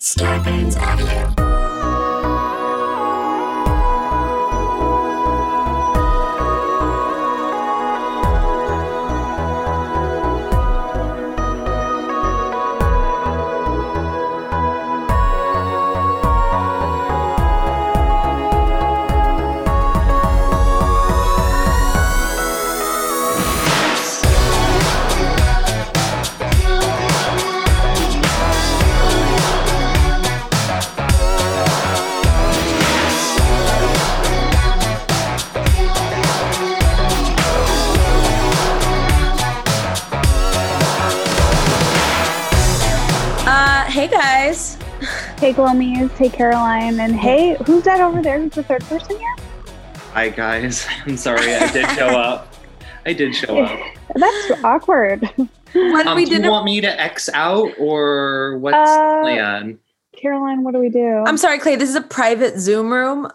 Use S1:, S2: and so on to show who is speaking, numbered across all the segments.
S1: Scarpins Audio.
S2: Uh, hey guys.
S3: Hey, Glomies. Hey, Caroline. And hey, who's that over there? Who's the third person here?
S4: Hi guys, I'm sorry I did show up. I did show up.
S3: That's awkward.
S2: What
S4: Um,
S2: we
S4: do you
S2: didn't.
S4: want me to X out or what's
S3: Uh,
S4: the plan?
S3: Caroline, what do we do?
S2: I'm sorry, Clay. This is a private Zoom room.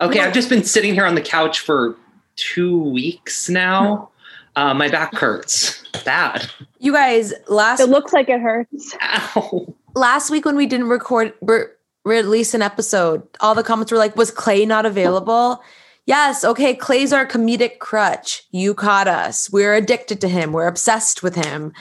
S4: Okay, I've just been sitting here on the couch for two weeks now. Uh, my back hurts bad.
S2: You guys, last
S3: it looks like it hurts.
S4: Ow.
S2: last week when we didn't record re- release an episode, all the comments were like, "Was Clay not available?" Yes. Okay, Clay's our comedic crutch. You caught us. We're addicted to him. We're obsessed with him.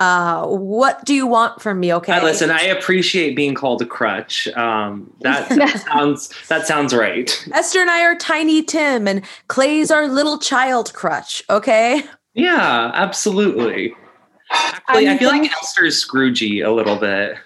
S2: Uh, what do you want from me? Okay.
S4: Uh, listen, I appreciate being called a crutch. Um, that sounds that sounds right.
S2: Esther and I are Tiny Tim, and Clay's our little child crutch. Okay.
S4: Yeah, absolutely. Actually,
S3: I'm
S4: I feel like
S3: finished-
S4: Esther's Scroogey a little bit.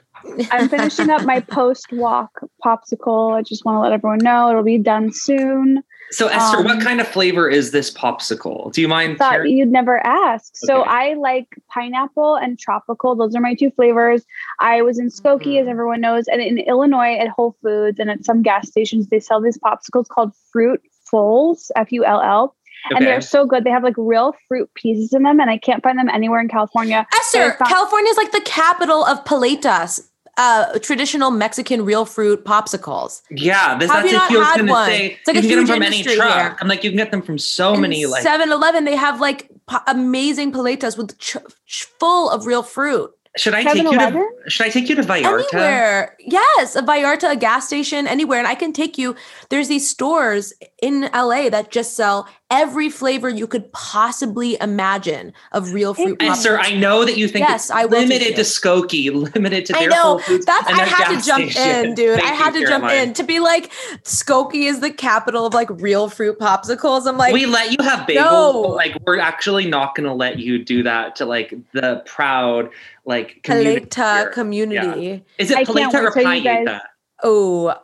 S3: I'm finishing up my post walk popsicle. I just want to let everyone know it'll be done soon.
S4: So Esther,
S3: Um,
S4: what kind of flavor is this popsicle? Do you mind? sharing?
S3: Thought you'd never ask. So
S4: Okay.
S3: I like pineapple and tropical. Those are my two flavors. I was in Skokie, as everyone knows, and in Illinois at Whole Foods and at some gas stations, they sell these popsicles called Fruit Fulls, F U L L. and they're so good. They have like real fruit pieces in them, and I can't find them anywhere in California.
S2: Esther,
S3: They're fine.
S2: California is like the capital of paletas, uh, traditional Mexican real fruit popsicles.
S4: Yeah, this,
S2: Have
S4: that's
S2: you
S4: a
S2: not
S4: huge
S2: had
S4: gonna
S2: one?
S4: say.
S2: It's like
S4: you
S2: a
S4: can get them
S2: huge
S4: from any
S2: industry
S4: truck.
S2: here.
S4: I'm like, you can get them from so many like
S2: 7 Eleven, they have like po- amazing paletas with ch- ch- full of real fruit.
S4: should I take you to
S3: 7-Eleven?
S4: should I take you to Vallarta?
S2: Anywhere. Yes, a Vallarta, a gas station, anywhere. And I can take you. There's these stores in LA that just sell every flavor you could possibly imagine of real fruit.
S3: Hey,
S2: popsicles.
S4: Esther, I know that you think
S2: Yes,
S4: it's
S2: I will take
S4: limited
S2: you.
S4: to Skokie, limited to
S2: I
S4: their
S2: know.
S4: Whole Foods
S2: That's
S4: and
S2: I
S4: their
S2: had to
S4: gas
S2: jump
S4: station.
S2: in, dude. I
S4: Thank
S2: had
S4: you,
S2: to jump
S4: Caroline.
S2: in to be like Skokie is the capital of like real fruit popsicles. I'm like
S4: we let you have bagels,
S2: No.
S4: but like we're actually not going to let you do that to like the proud like community.
S2: Paleta
S4: here.
S2: community.
S4: Is it
S3: I can't
S4: Paleta or
S3: wait till you guys-
S4: Paeta?
S2: Oh,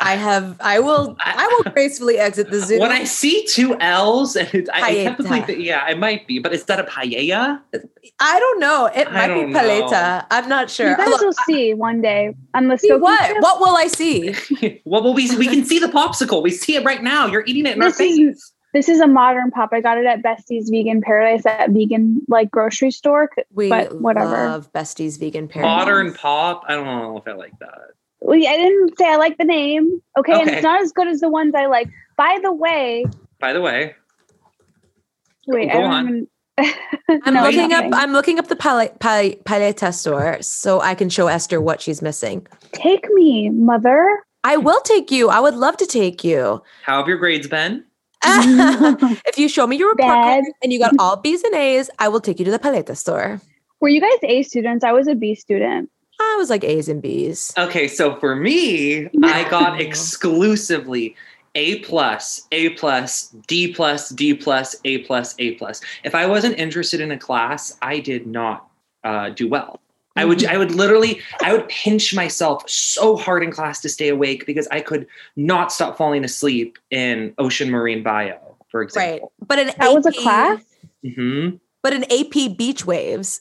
S2: I have. I will. I will gracefully exit the Zoom.
S4: Uh, When I see two L's, and it's, I, I typically
S2: Paeta.
S4: think, yeah, it might be, but is that a paella?
S2: I don't know. It
S4: I
S2: might
S4: don't
S2: be
S4: know.
S2: Paleta. I'm not sure.
S3: You guys
S2: Look,
S3: will see one day on the
S2: see
S3: Skokie
S2: what?
S3: trip.
S2: What will I see?
S4: well, well, we we can see the popsicle. We see it right now. You're eating it in our
S3: This is-
S4: face.
S3: This is a modern pop. I got it at Bestie's Vegan Paradise, that vegan like grocery store.
S2: We
S3: But whatever.
S2: love Besties Vegan Paradise.
S4: Modern pop. I don't know if I like that.
S3: We, I didn't say I like the name. Okay, and
S4: Okay.
S3: it's not as good as the ones I like. By the way,
S4: By the way,
S3: wait,
S4: Go
S3: I don't
S4: on.
S3: even-
S2: I'm
S3: No, I'm
S2: looking
S3: not
S2: up.
S3: kidding.
S2: I'm looking up the pale, pale, Paleta store so I can show Esther what she's missing.
S3: take me, mother.
S2: I will take you. I would love to take you.
S4: how have your grades been?
S2: if you show me your report card
S3: Bad.
S2: and you got all B's and A's, I will take you to the paleta store.
S3: Were you guys A students? I was a B student.
S2: I was like A's and B's.
S4: Okay, so for me, I got exclusively A plus, A plus, D plus, D plus, A plus, A plus. If I wasn't interested in a class, I did not uh, do well. I would
S2: Mm-hmm.
S4: I would literally I would pinch myself so hard in class to stay awake because I could not stop falling asleep in ocean marine bio, for
S2: Right.
S4: example.
S2: But an
S3: That was a
S2: AP
S3: class.
S4: Mm-hmm.
S2: But an AP beach waves.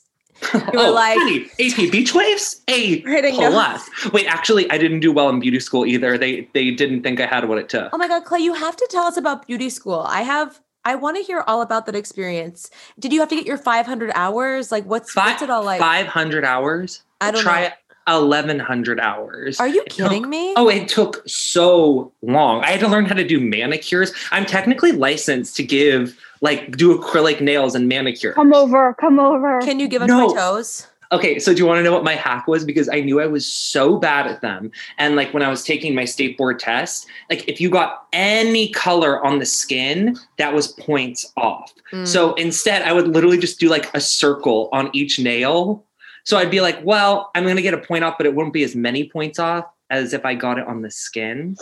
S2: You were
S4: oh,
S2: like-
S4: honey, AP beach waves? A
S2: Hitting them.
S4: plus. Wait, actually, I didn't do well in beauty school either. They they didn't think I had what it took.
S2: Oh my god, Clay, you have to tell us about beauty school. I have I want to hear all about that experience. Did you have to get your 500 hours? Like what's
S4: Fi-
S2: what's it all like?
S4: 500 hours?
S2: I don't
S4: Try
S2: know.
S4: 1100 hours.
S2: Are you
S4: It took-
S2: kidding me?
S4: Oh, it took so long. I had to learn how to do manicures. I'm technically licensed to give, like, do acrylic nails and manicures.
S3: Come over, come over.
S2: Can you give us
S4: No.
S2: my toes?
S4: Okay, so do you want to know what my hack was? Because I knew I was so bad at them. And like when I was taking my state board test, like if you got any color on the skin, that was points off.
S2: Mm.
S4: So instead, I would literally just do like a circle on each nail. So I'd be like, well, I'm going to get a point off, but it wouldn't be as many points off as if I got it on the skin.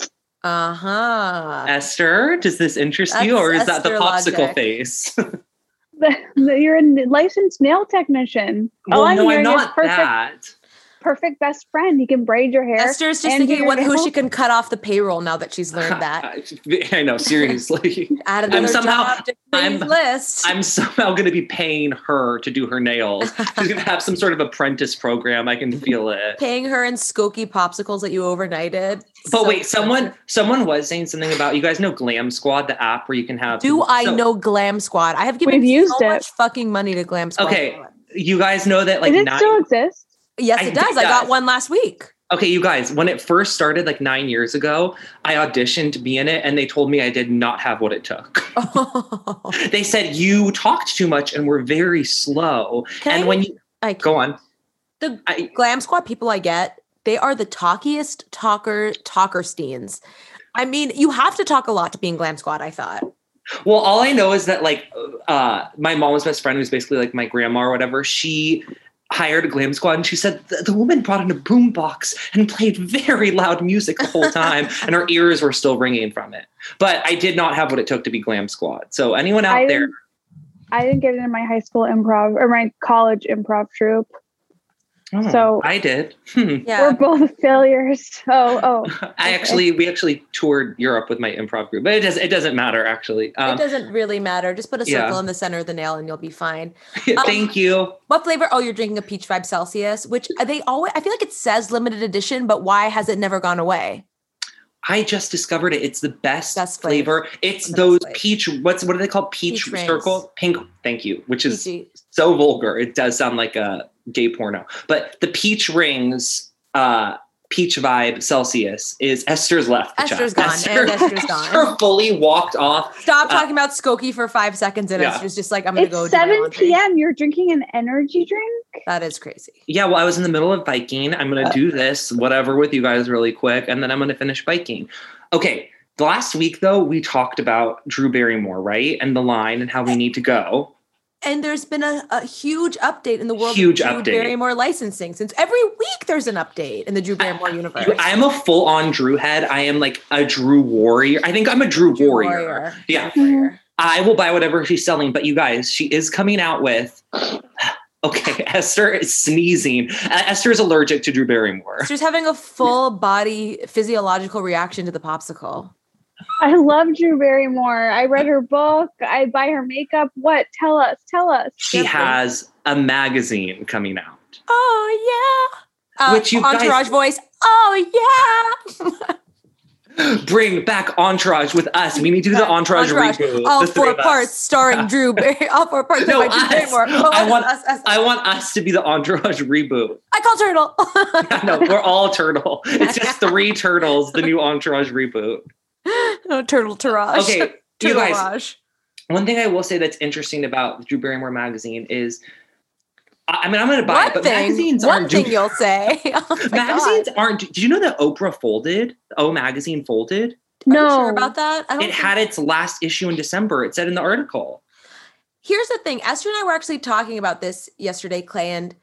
S2: Mm, uh-huh.
S4: Esther, does this interest you
S2: That's
S4: or is that the
S2: Esther
S4: popsicle
S2: logic. Oh,
S4: face?
S3: You're a licensed nail technician. All I'm
S4: no,
S3: hearing
S4: I'm
S3: is
S4: not
S3: perfect,
S4: that.
S3: perfect best friend. You can braid your hair.
S2: Esther's just
S3: and
S2: thinking
S3: your
S2: what who
S3: nails.
S2: she can cut off the payroll now that she's learned that.
S4: I know, seriously.
S2: Add another
S4: somehow-
S2: job to
S4: I'm-
S2: Clay's list.
S4: I'm somehow going to be paying her to do her nails. She's going to have some sort of apprentice program. I can feel it.
S2: paying her in Skokie popsicles that you overnighted.
S4: But
S2: So
S4: wait, someone
S2: expensive.
S4: someone was saying something about you guys know Glam Squad, the app where you can have.
S2: Do I
S4: so
S2: know Glam Squad? I have given
S3: We've used
S2: so
S3: it.
S2: much fucking money to Glam Squad.
S4: Okay, You guys know that like
S3: Does it
S4: nine.
S3: still exist?
S2: Yes,
S4: I
S2: it
S4: think
S2: does. I
S4: it
S2: got
S4: does.
S2: one last week.
S4: okay, you guys. When it first started, like nine years ago, I auditioned to be in it, and they told me I did not have what it took.
S2: okay.
S4: They said you talked too much and were very slow. And when you
S2: I
S4: go on,
S2: The
S4: I-
S2: glam squad people I get, they are the talkiest talker talkersteins. I mean, you have to talk a lot to be in glam squad. I thought.
S4: Well, all I know is that like uh, my mom's best friend, who's basically like my grandma or whatever, she hired a glam squad and she said the, the woman brought in a boom box and played very loud music the whole time and her ears were still ringing from it but i did not have what it took to be glam squad so anyone out
S3: I
S4: there
S3: didn't- I didn't get it in my high school improv or my college improv troupe.
S4: oh,
S3: so-
S4: i did Hmm.
S2: Yeah,
S3: We're both failures. Oh, oh.
S4: i
S3: Okay.
S4: actually we actually toured europe with my improv group but it does it doesn't matter actually
S2: it
S4: um,
S2: doesn't really matter. Just put a circle
S4: yeah.
S2: in the center of the nail, and you'll be fine. um,
S4: thank you
S2: What flavor? Oh, you're drinking a peach vibe Celsius, which
S4: Mm-hmm.
S2: they always. I feel like it says limited edition, but why has it never gone away?
S4: I just discovered it. It's the best,
S2: Best
S4: flavor. It's
S2: The best
S4: those
S2: flavor.
S4: peach. What's what are they called? Peach,
S2: Peach rings.
S4: circle, pink. Thank you. Which is
S2: Peachy.
S4: so vulgar. It does sound like a gay porno. But the peach rings, uh, peach vibe Celsius is Esther's left. the chat.
S2: Esther's gone, and Esther's gone.
S4: Esther fully walked off.
S2: Stop
S4: Uh,
S2: talking about Skokie for five seconds, and
S4: yeah.
S2: it's just like I'm gonna
S3: It's
S2: go. do my
S3: 7
S2: laundry.
S3: p.m. You're drinking an energy drink?
S2: That is crazy.
S4: Yeah, well, I was in the middle of biking. I'm gonna
S3: Uh.
S4: do this, whatever, with you guys really quick, and then I'm gonna finish biking. Okay. Last week though, we talked about Drew Barrymore, right? And the line and how we need to go.
S2: And there's been a, a huge update in the world
S4: Huge
S2: of Drew
S4: update.
S2: Barrymore licensing. Since every week there's an update in the Drew Barrymore universe.
S4: You- I'm a full on Drew head. I am like a Drew warrior. I think I'm a Drew,
S2: Drew
S4: warrior. Yeah. Mm-hmm.
S2: Drew Warrior.
S4: I will buy whatever she's selling, but you guys, she is coming out with. Okay, Esther is sneezing. Uh, Esther is allergic to Drew Barrymore.
S2: She's having a full body physiological reaction to the popsicle.
S3: I love Drew Barrymore. I read her book. I buy her makeup. What? Tell us. Tell us.
S4: She has a magazine coming out.
S2: Oh yeah. Uh,
S4: Which you guys-
S2: entourage voice. Oh yeah.
S4: Bring back Entourage with us. We need to do the Entourage,
S2: Entourage.
S4: reboot.
S2: All
S4: the three
S2: four
S4: of us.
S2: parts starring Drew. Barry, all four parts
S4: No,
S2: by Drew
S4: us.
S2: Barrymore. Oh,
S4: I
S2: us,
S4: want-
S2: us, us.
S4: I want us to be the Entourage reboot.
S2: I call turtle.
S4: no, we're all turtle. It's just three turtles, the new Entourage reboot.
S2: no turtle tarage.
S4: Okay, you
S2: turtle
S4: guys, One thing I will say that's interesting about the Drew Barrymore magazine is, I I mean, I'm going to buy
S2: One
S4: it, but
S2: thing,
S4: magazines
S2: one
S4: aren't.
S2: thing
S4: do,
S2: you'll say. Oh my God.
S4: magazines aren't. Did you know that Oprah folded? O magazine folded.
S2: Are you
S3: No.
S2: sure about that. I don't
S4: It
S2: think-
S4: had its last issue in December. It said in the article.
S2: Here's the thing. Esther and I were actually talking about this yesterday, Clay. And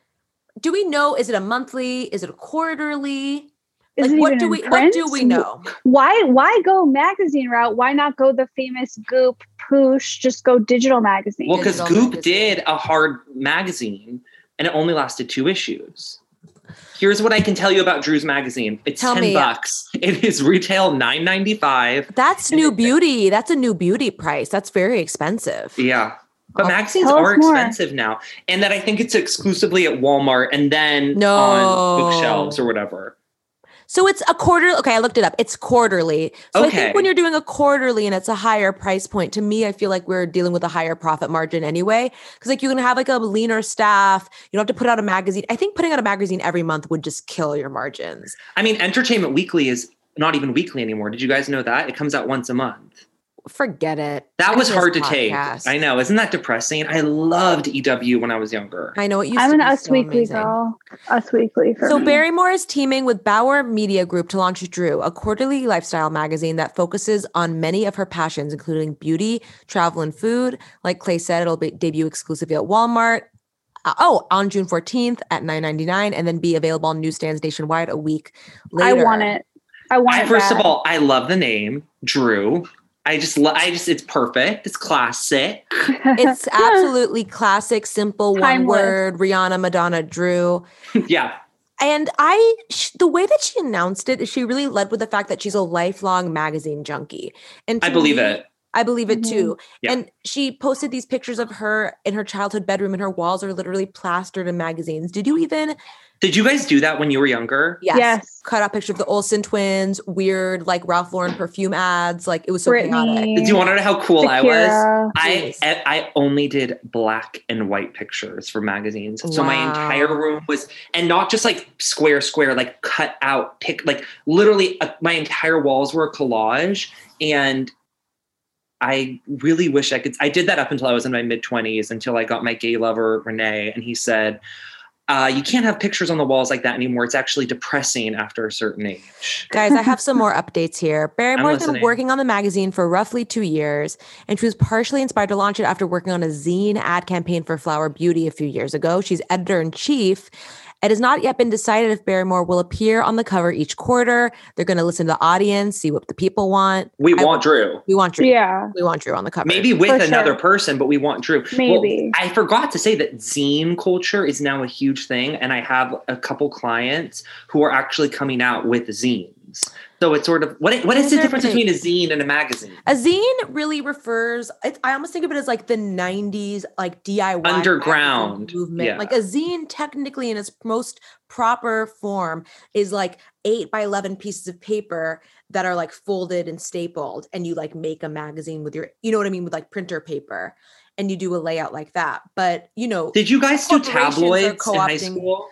S2: do we know? Is it a monthly? Is it a quarterly?
S3: Is it
S2: like what
S3: even
S2: do
S3: in
S2: we what
S3: print?
S2: do we know?
S3: Why? Why go magazine route? Why not go the famous Goop Poosh? Just go digital magazine.
S4: Well, because
S2: Digital
S4: Goop
S2: magazine.
S4: did a hard magazine, and it only lasted two issues. Here's what I can tell you about Drew's magazine. It's
S2: Tell
S4: ten
S2: me.
S4: bucks. It is retail nine ninety five.
S2: That's
S4: And
S2: new
S4: it-
S2: beauty. That's a new beauty price. That's very expensive.
S4: Yeah. But
S2: Oh,
S4: magazines
S3: tell us
S4: are
S3: more.
S4: expensive now, and that I think it's exclusively at Walmart and then
S2: No.
S4: on bookshelves or whatever.
S2: So it's a quarter. Okay, I looked it up. It's quarterly. So I
S4: Okay.
S2: think when you're doing a quarterly and it's a higher price point, to me, I feel like we're dealing with a higher profit margin anyway. Because like you can have like a leaner staff. You don't have to put out a magazine. I think putting out a magazine every month would just kill your margins.
S4: I mean, Entertainment Weekly is not even weekly anymore. Did you guys know that? It comes out once a month.
S2: forget it.
S4: That was
S2: End this
S4: hard to
S2: podcast.
S4: take. I know. Isn't that depressing? I loved EW when I was younger.
S2: I know it used
S3: I'm
S2: to
S3: an
S2: be
S3: Us
S2: so
S3: Weekly
S2: amazing.
S3: girl. Us Weekly for
S2: So
S3: me.
S2: Barrymore is teaming with Bauer Media Group to launch Drew, a quarterly lifestyle magazine that focuses on many of her passions, including beauty, travel, and food. Like Clay said, it'll be debut exclusively at Walmart. uh, oh, on June 14th at 9.99, and then be available on newsstands nationwide a week
S3: I
S2: later.
S3: want it. I want
S4: I,
S3: it.
S4: first of
S3: bad.
S4: all, I love the name Drew. I just, lo- I just, it's perfect. It's classic.
S2: It's absolutely classic, simple, one
S3: Timeless.
S2: word. Rihanna, Madonna, Drew.
S4: yeah,
S2: And I, sh- the way that she announced it, she really led with the fact that she's a lifelong magazine junkie. And
S4: I
S2: to
S4: believe
S2: me,
S4: it.
S2: I believe it
S3: Mhm.
S2: too.
S4: Yeah.
S2: And she posted these pictures of her in her childhood bedroom, and her walls are literally plastered in magazines. Did you even?
S4: Did you guys do that when you were younger?
S2: Yes.
S3: Yes.
S2: Cut out picture of the Olsen twins, weird like Ralph Lauren perfume ads. Like it was so chaotic.
S3: Britney,
S4: Did you want to know how cool I was?
S3: Shakira.
S4: I
S2: Jeez.
S4: I I only did black and white pictures for magazines. So my
S2: Wow.
S4: entire room was and not just like square square like cut out pick like literally uh, my entire walls were a collage and I really wish I could I did that up until I was in my mid 20s until I got my gay lover Renee and he said uh, you can't have pictures on the walls like that anymore. It's actually depressing after a certain age.
S2: Guys, I have some more updates here. Barrymore has been
S4: listening.
S2: working on the magazine for roughly two years, and she was partially inspired to launch it after working on a zine ad campaign for Flower Beauty a few years ago. She's editor in chief. It has not yet been decided if Barrymore will appear on the cover each quarter. They're going to listen to the audience, see what the people want.
S4: We
S2: I-
S4: want Drew.
S2: We want Drew.
S3: Yeah.
S2: We want Drew on the cover.
S4: Maybe with
S3: For
S4: another
S3: sure.
S4: person, but we want Drew. Well,
S3: Maybe.
S4: I forgot to say that zine culture is now a huge thing, and I have a couple clients who are actually coming out with zines. So it's sort of what what is the
S2: Those are
S4: difference
S2: big.
S4: between a zine and a magazine?
S2: A zine really refers. It, I almost think of it as like the '90s, like DIY magazine
S4: Underground,
S2: movement.
S4: yeah.
S2: Like a zine, technically in its most proper form, is like eight by eleven pieces of paper that are like folded and stapled, and you like make a magazine with your, you know what I mean, with like printer paper, and you do a layout like that. But you know,
S4: Did you guys do
S2: Corporations are
S4: tabloids in high
S2: co-opting-
S4: school?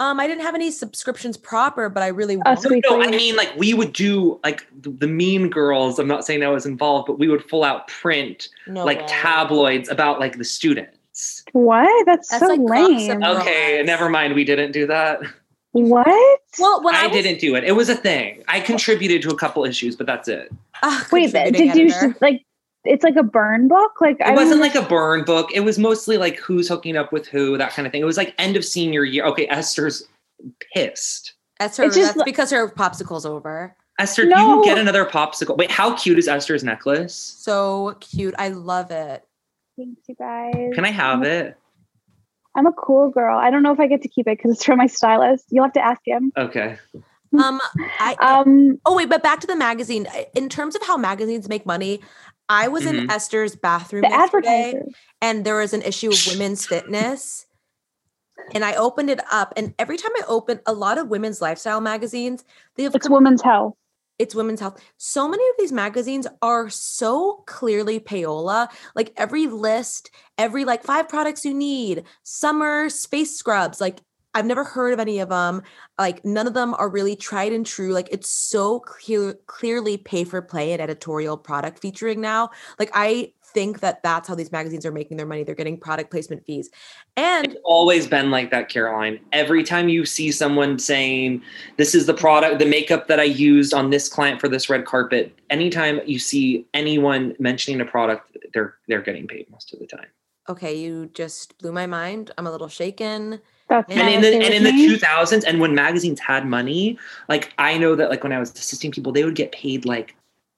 S2: um, I didn't have any subscriptions proper, but I really
S3: Us
S2: want.
S3: Weekly.
S4: No, I mean like we would do like the, the Mean Girls. I'm not saying I was involved, but we would full out print
S2: No
S4: like
S2: way.
S4: tabloids about like the students.
S3: What? That's,
S2: That's
S3: so
S2: like
S3: lame.
S2: gossip.
S4: Okay,
S2: Girls.
S4: never mind. We didn't do that.
S3: What?
S2: Well, when I,
S4: I,
S2: was,
S4: didn't do it. It was a thing. I contributed to a couple issues, but that's it.
S2: Ah,
S3: Wait, th-
S2: contributing
S3: did you
S2: editor.
S3: s- like? It's like a burn book. Like I
S4: It
S3: don't
S4: wasn't like
S3: under-
S4: a burn book. It was mostly like who's hooking up with who, that kind of thing. It was like end of senior year. Okay, Esther's pissed.
S2: That's her.
S3: It's just
S2: that's
S3: li-
S2: because her popsicle's over.
S4: Esther, you
S3: No.
S4: can get another popsicle. Wait, how cute is Esther's necklace?
S2: So cute. I love it.
S3: Thanks, you guys.
S4: Can I have it?
S3: I'm a cool girl. I don't know if I get to keep it because it's from my stylist. You'll have to ask him.
S4: Okay.
S2: Um, I
S3: Um,
S2: oh wait, but back to the magazine. In terms of how magazines make money, I was in
S4: Mhm.
S2: Esther's bathroom
S3: the
S2: yesterday,
S3: advertiser.
S2: and there was an issue of women's fitness. And I opened it up, and every time I open a lot of women's lifestyle magazines, they have
S3: It's Woman's Health.
S2: it's women's health. So many of these magazines are so clearly payola. Like every list, every like five products you need, summer space scrubs. Like I've never heard of any of them. Like none of them are really tried and true. Like it's so clear, clearly pay for play and editorial product featuring now. Like I think that that's how these magazines are making their money. They're getting product placement fees, and
S4: It's always been like that, Caroline. Every time you see someone saying, This is the product, the makeup that I used on this client for this red carpet, anytime you see anyone mentioning a product, they're they're getting paid most of the time.
S2: okay, you just blew my mind. I'm a little shaken.
S3: That's
S2: Yeah,
S4: and in
S3: honestly
S4: the and
S3: with
S4: in
S3: me.
S4: the 2000s and when magazines had money like i know that like when i was assisting people they would get paid like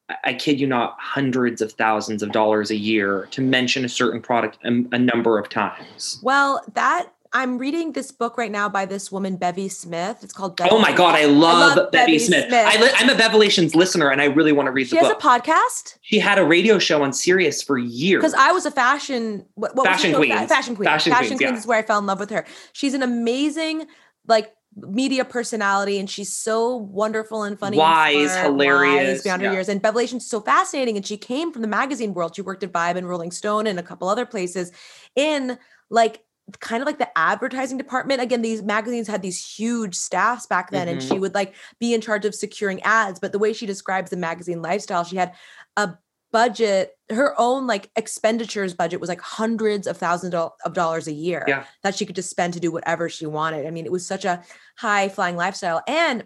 S4: I- i kid you not hundreds of thousands of dollars a year to mention a certain product a, a number of times
S2: Well, that I'm reading this book right now by this woman, Bevy Smith. It's called Bevy.
S4: oh my god i love, bevy, smith,
S2: Smith.
S4: I li- i'm a bevelations listener and i really want to read
S2: She
S4: the
S2: has
S4: book
S2: a podcast
S4: she had a radio show on sirius for years
S2: because I was a fashion what, what
S4: Fashion
S2: was the show? Fa-
S4: Queens.
S2: Fashion queen. Fashion,
S4: Fashion Queens,
S2: queen
S4: yeah.
S2: is where I fell in love with her. She's an amazing like media personality, and she's so wonderful and funny. and
S4: Wise,
S2: smart,
S4: hilarious,
S2: beyond her
S4: yeah.
S2: years. And Bevelation's so fascinating, and she came from the magazine world. She worked at Vibe and Rolling Stone and a couple other places in like kind of like the advertising department again these magazines had these huge staffs back then and
S4: Mhm.
S2: she would like be in charge of securing ads but the way she describes the magazine lifestyle she had a budget, her own like expenditures budget was like hundreds of thousands do- of dollars a year
S4: Yeah.
S2: that she could just spend to do whatever she wanted. I mean, it was such a high flying lifestyle. And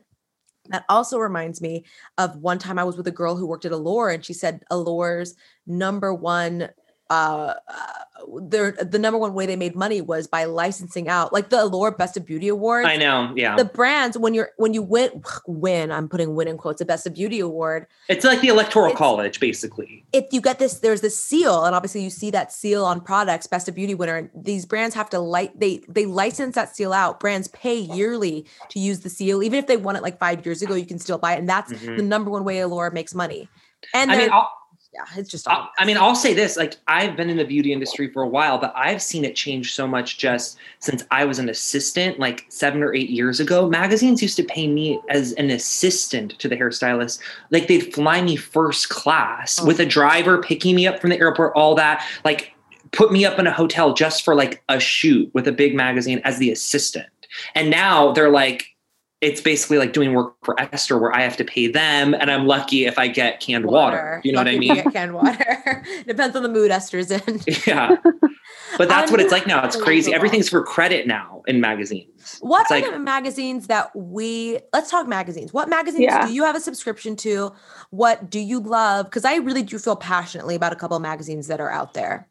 S2: that also reminds me of one time I was with a girl who worked at Allure and she said Allure's number one uh, uh their the number one way they made money was by licensing out like the Allure Best of Beauty Awards
S4: I know. Yeah.
S2: the brands when you're when you win win I'm putting win in quotes the best of beauty award
S4: it's like the electoral
S2: it's-
S4: college, basically.
S2: if you get this there's this seal and obviously you see that seal on products best of beauty winner and these brands have to light they they license that seal out brands pay yearly to use the seal even if they won it like 5 years ago you can still buy it and that's
S4: Mhm.
S2: the number one way Allure makes money and
S4: I mean,
S2: they're-
S4: I'll,
S2: yeah it's just
S4: I
S2: all
S4: I mean, I'll say this: like I've been in the beauty industry for a while, but I've seen it change so much just since I was an assistant, like seven or eight years ago. Magazines used to pay me as an assistant to the hairstylist; like they'd fly me first class
S2: Oh.
S4: with a driver picking me up from the airport, all that. Like put me up in a hotel just for like a shoot with a big magazine as the assistant. And now they're like. It's basically like doing work for Esther, where I have to pay them, and I'm lucky if I get canned water. You know
S2: Lucky
S4: what I
S2: if
S4: mean?
S2: get canned water depends on the mood Esther's in
S4: Yeah. But that's what it's like now. It's crazy.
S2: Unbelievable.
S4: Everything's for credit now in magazines.
S2: What
S4: It's
S2: are
S4: like-
S2: the magazines that we let's talk magazines. What magazines
S3: Yeah.
S2: do you have a subscription to? What do you love? Because I really do feel passionately about a couple of magazines that are out there.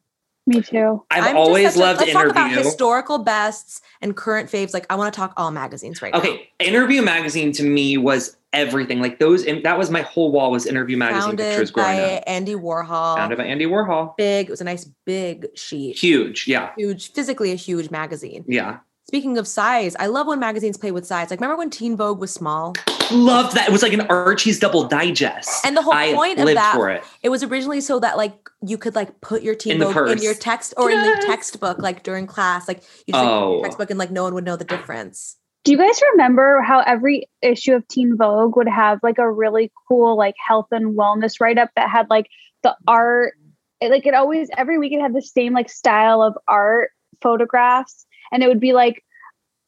S3: Me too.
S4: I've
S2: I'm just
S4: always
S2: such a-
S4: loved
S2: let's talk about
S4: interview.
S2: historical bests and current faves. Like I want to talk all magazines right now.
S4: okay, interview magazine to me was everything. Like those and that was my whole wall was interview magazine pictures
S2: Founded by
S4: growing up.
S2: Andy Warhol.
S4: Founded by Andy Warhol.
S2: big. It was a nice big sheet.
S4: Huge. Yeah.
S2: Huge, physically a huge magazine.
S4: Yeah.
S2: Speaking of size, I love when magazines play with size. Like remember when Teen Vogue was small?
S4: Loved that. It was like an Archie's double digest.
S2: And the whole
S4: I
S2: point of
S4: lived
S2: that
S4: for it.
S2: It was originally so that like you could like put your
S4: In the
S2: T-book in,
S4: purse.
S2: your text or in
S4: Yes.
S2: the textbook like during class, like you just like, put
S4: Oh.
S2: your textbook and like no one would know the difference.
S3: Do you guys remember how every issue of Teen Vogue would have like a really cool like health and wellness write up that had like the art? It, like it always every week it had the same like style of art photographs, and it would be like,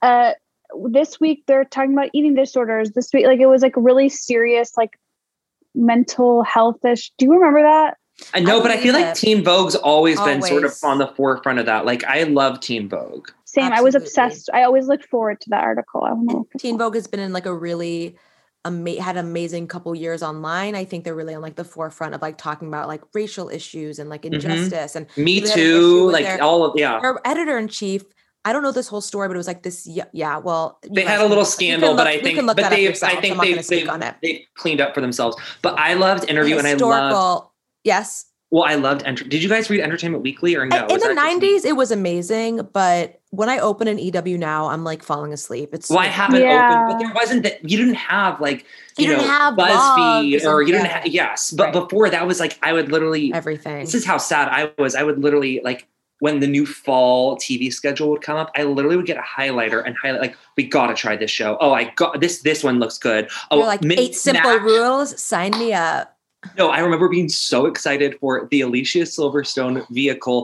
S3: uh, this week they're talking about eating disorders. This week, like it was like really serious like mental health ish. Do you remember that?
S4: I know, Uh, but I feel
S2: believe
S4: like
S2: it.
S4: Teen Vogue's always been sort of
S2: Always.
S4: on the forefront of that. Like I love Teen Vogue.
S3: Same. I was
S2: Absolutely.
S3: obsessed. I always looked forward to that article. I don't know.
S2: And Teen Vogue has been in like a really ama- had amazing couple years online. I think they're really on like the forefront of like talking about like racial issues and
S4: Mm-hmm.
S2: like injustice. And
S4: Me
S2: They had an issue
S4: too.
S2: with
S4: Like
S2: their-
S4: all of yeah.
S2: her editor in chief, I don't know this whole story, but it was like this. Yeah, yeah well, you
S4: They
S2: guys
S4: had a
S2: can-
S4: little
S2: you can
S4: scandal, but
S2: look-
S4: I
S2: you
S4: think
S2: can look
S4: but
S2: that up
S4: they've
S2: yourselves.
S4: I think
S2: I'm not
S4: they've,
S2: gonna speak
S4: they've,
S2: on it.
S4: they've cleaned up for themselves. But I loved interview and I loved
S2: Historical- yes.
S4: well, I loved enter did you guys read Entertainment Weekly or no?
S2: in
S4: Was
S2: the
S4: that just me?
S2: 90s it was amazing but when i open an ew now i'm like falling asleep it's
S4: Well, I haven't
S3: Yeah.
S4: opened, but there wasn't that you didn't have like
S2: You
S4: you,
S2: didn't
S4: know
S2: have blogs
S4: BuzzFeed or
S2: and-
S4: you didn't
S2: yeah.
S4: have yes. But
S2: Right.
S4: before that was like I would literally
S2: everything
S4: this is how sad I was. I would literally like when the new fall TV schedule would come up, I literally would get a highlighter and highlight like we gotta try this show. Oh, I got this. This one looks good. Oh,
S2: They're like
S4: Mint
S2: eight simple
S4: Match.
S2: rules sign me up
S4: No, I remember being so excited for the Alicia Silverstone vehicle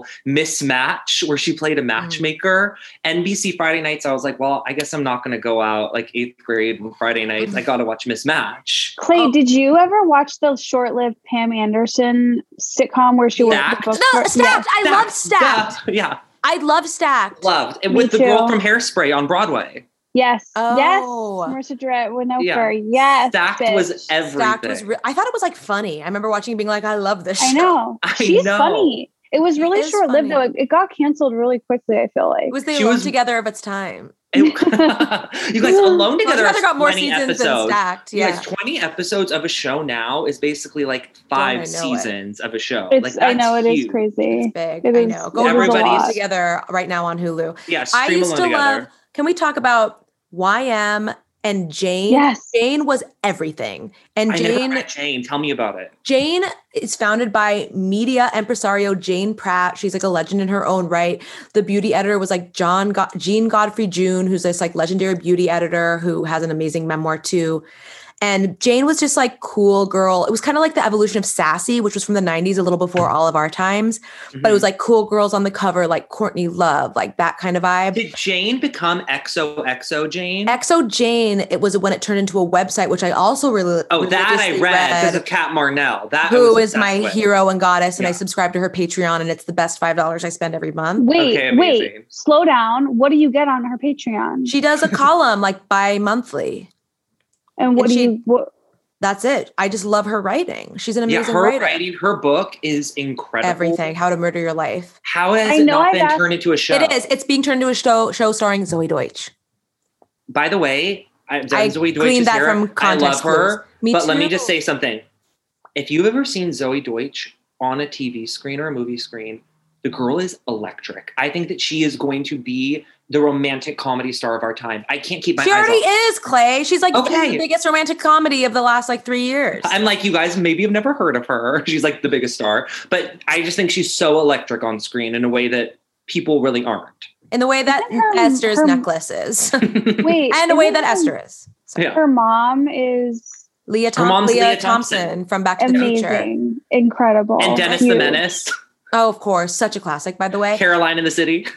S4: mismatch, where she
S2: Mm.
S4: played a matchmaker. NBC Friday nights, I was like, well, I guess I'm not going to go out like eighth grade and Friday nights.
S2: Mm.
S4: I got to watch Mismatch.
S3: Clay,
S2: Oh.
S3: did you ever watch the short-lived Pam Anderson sitcom where she worked
S4: Stacked?
S3: the book?
S2: no
S3: for-
S2: stacked i
S4: Stacked,
S2: love stacked
S4: Yeah, yeah,
S2: i love stacked
S4: loved. And
S3: Me
S4: with the girl
S3: too.
S4: from Hairspray on Broadway.
S3: Yes. Yes.
S2: oh
S3: Marissa Dorrett
S4: Yeah.
S3: Winokur. Yes.
S4: Stacked
S3: bitch.
S4: was everything.
S2: stacked was re- i thought it was like funny i remember watching and being like i love this
S3: I
S2: show.
S3: know.
S4: I
S3: She's
S4: know.
S3: funny. It was
S2: She
S3: really
S2: is
S3: short-lived though.
S2: funny.
S3: It, it got canceled really quickly, I feel like.
S2: it was the
S4: She
S2: alone
S4: was-
S2: together of its time
S4: you guys alone
S2: Alone
S4: together.
S2: together
S4: is
S2: got more
S4: 20
S2: seasons than
S4: episodes.
S2: stacked
S4: Yeah.
S2: yeah
S4: Like 20 episodes of a show now is basically like
S2: I know it.
S4: five seasons of a show.
S3: it's,
S4: like
S3: I know it is
S4: huge.
S3: crazy.
S2: big
S3: It
S2: i
S3: is-
S2: know go
S4: it is a
S2: everybody's
S4: lot.
S2: together right now on hulu
S4: Yeah,
S2: I
S4: stream
S2: used
S4: alone
S2: to
S4: together.
S2: love. Can we talk about YM and Jane?
S3: Yes.
S2: Jane was everything, and
S4: I
S2: Jane
S4: never met Jane. Tell me about it.
S2: Jane is founded by media impresario Jane Pratt. She's like a legend in her own right. The beauty editor was like John Go- Jean Godfrey June, who's this like legendary beauty editor who has an amazing memoir too. And Jane was just like cool girl. It was kind of like the evolution of Sassy, which was from the 90s, a little before all of our times.
S4: Mm-hmm.
S2: But it was like cool girls on the cover, like Courtney Love, like that kind of vibe.
S4: Did Jane become XOXO Jane?
S2: Exo Jane, it was when it turned into a website, which I also really
S4: oh, that I
S2: religiously
S4: read because of Kat Marnell. That I
S2: who
S4: was
S2: is my
S4: obsessed with.
S2: hero and goddess, and I
S4: Yeah.
S2: subscribe to her Patreon, and it's the best five dollars I spend every month.
S3: Wait,
S4: Okay, amazing.
S3: wait, slow down. What do you get on her Patreon?
S2: She does a column like bi-monthly.
S3: and what
S2: and
S3: do
S2: she-
S3: you? What,
S2: That's it. I just love her writing. She's an
S4: Yeah,
S2: amazing
S4: her
S2: writer.
S4: writing, her book is incredible.
S2: Everything, How to Murder Your Life.
S4: How has
S3: I
S4: it
S3: know
S4: not
S3: I've
S4: been
S3: asked-
S4: turned into a show?
S2: It is. It's being turned into a show show starring Zoe Deutsch.
S4: By the way, I,
S2: I
S4: Zoe Deutsch
S2: gleaned
S4: is
S2: that
S4: here.
S2: from
S4: I
S2: context
S4: love her.
S2: clues. Me
S4: but
S2: too.
S4: let me just say something. If you've ever seen Zoe Deutsch on a TV screen or a movie screen, the girl is electric. I think that she is going to be the romantic comedy star of our time. I can't keep my
S2: she
S4: eyes
S2: already
S4: off.
S2: is Clay. She's like
S4: Okay.
S2: the biggest romantic comedy of the last like three years.
S4: I'm like, you guys maybe have never heard of her. She's like the biggest star, but I just think she's so electric on screen in a way that people really aren't.
S2: in the way that
S3: Isn't her-
S2: Esther's
S3: her-
S2: necklace is,
S3: wait,
S2: and the way
S3: isn't
S2: that um,
S3: her-
S2: Esther is. So,
S4: Yeah.
S3: Her mom is
S2: Leah, Thom-
S4: mom's
S2: Leah,
S4: Leah
S2: Thompson.
S4: Thompson.
S2: from Back to the Future.
S3: amazing, incredible,
S4: and Dennis the
S3: Huge.
S4: Menace,
S2: Oh, of course, such a classic. By the way,
S4: Caroline in the City.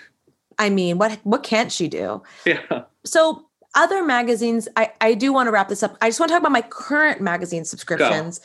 S2: I mean, what what can't she do?
S4: Yeah.
S2: So other magazines, I, I do want to wrap this up. I just want to talk about my current magazine subscriptions.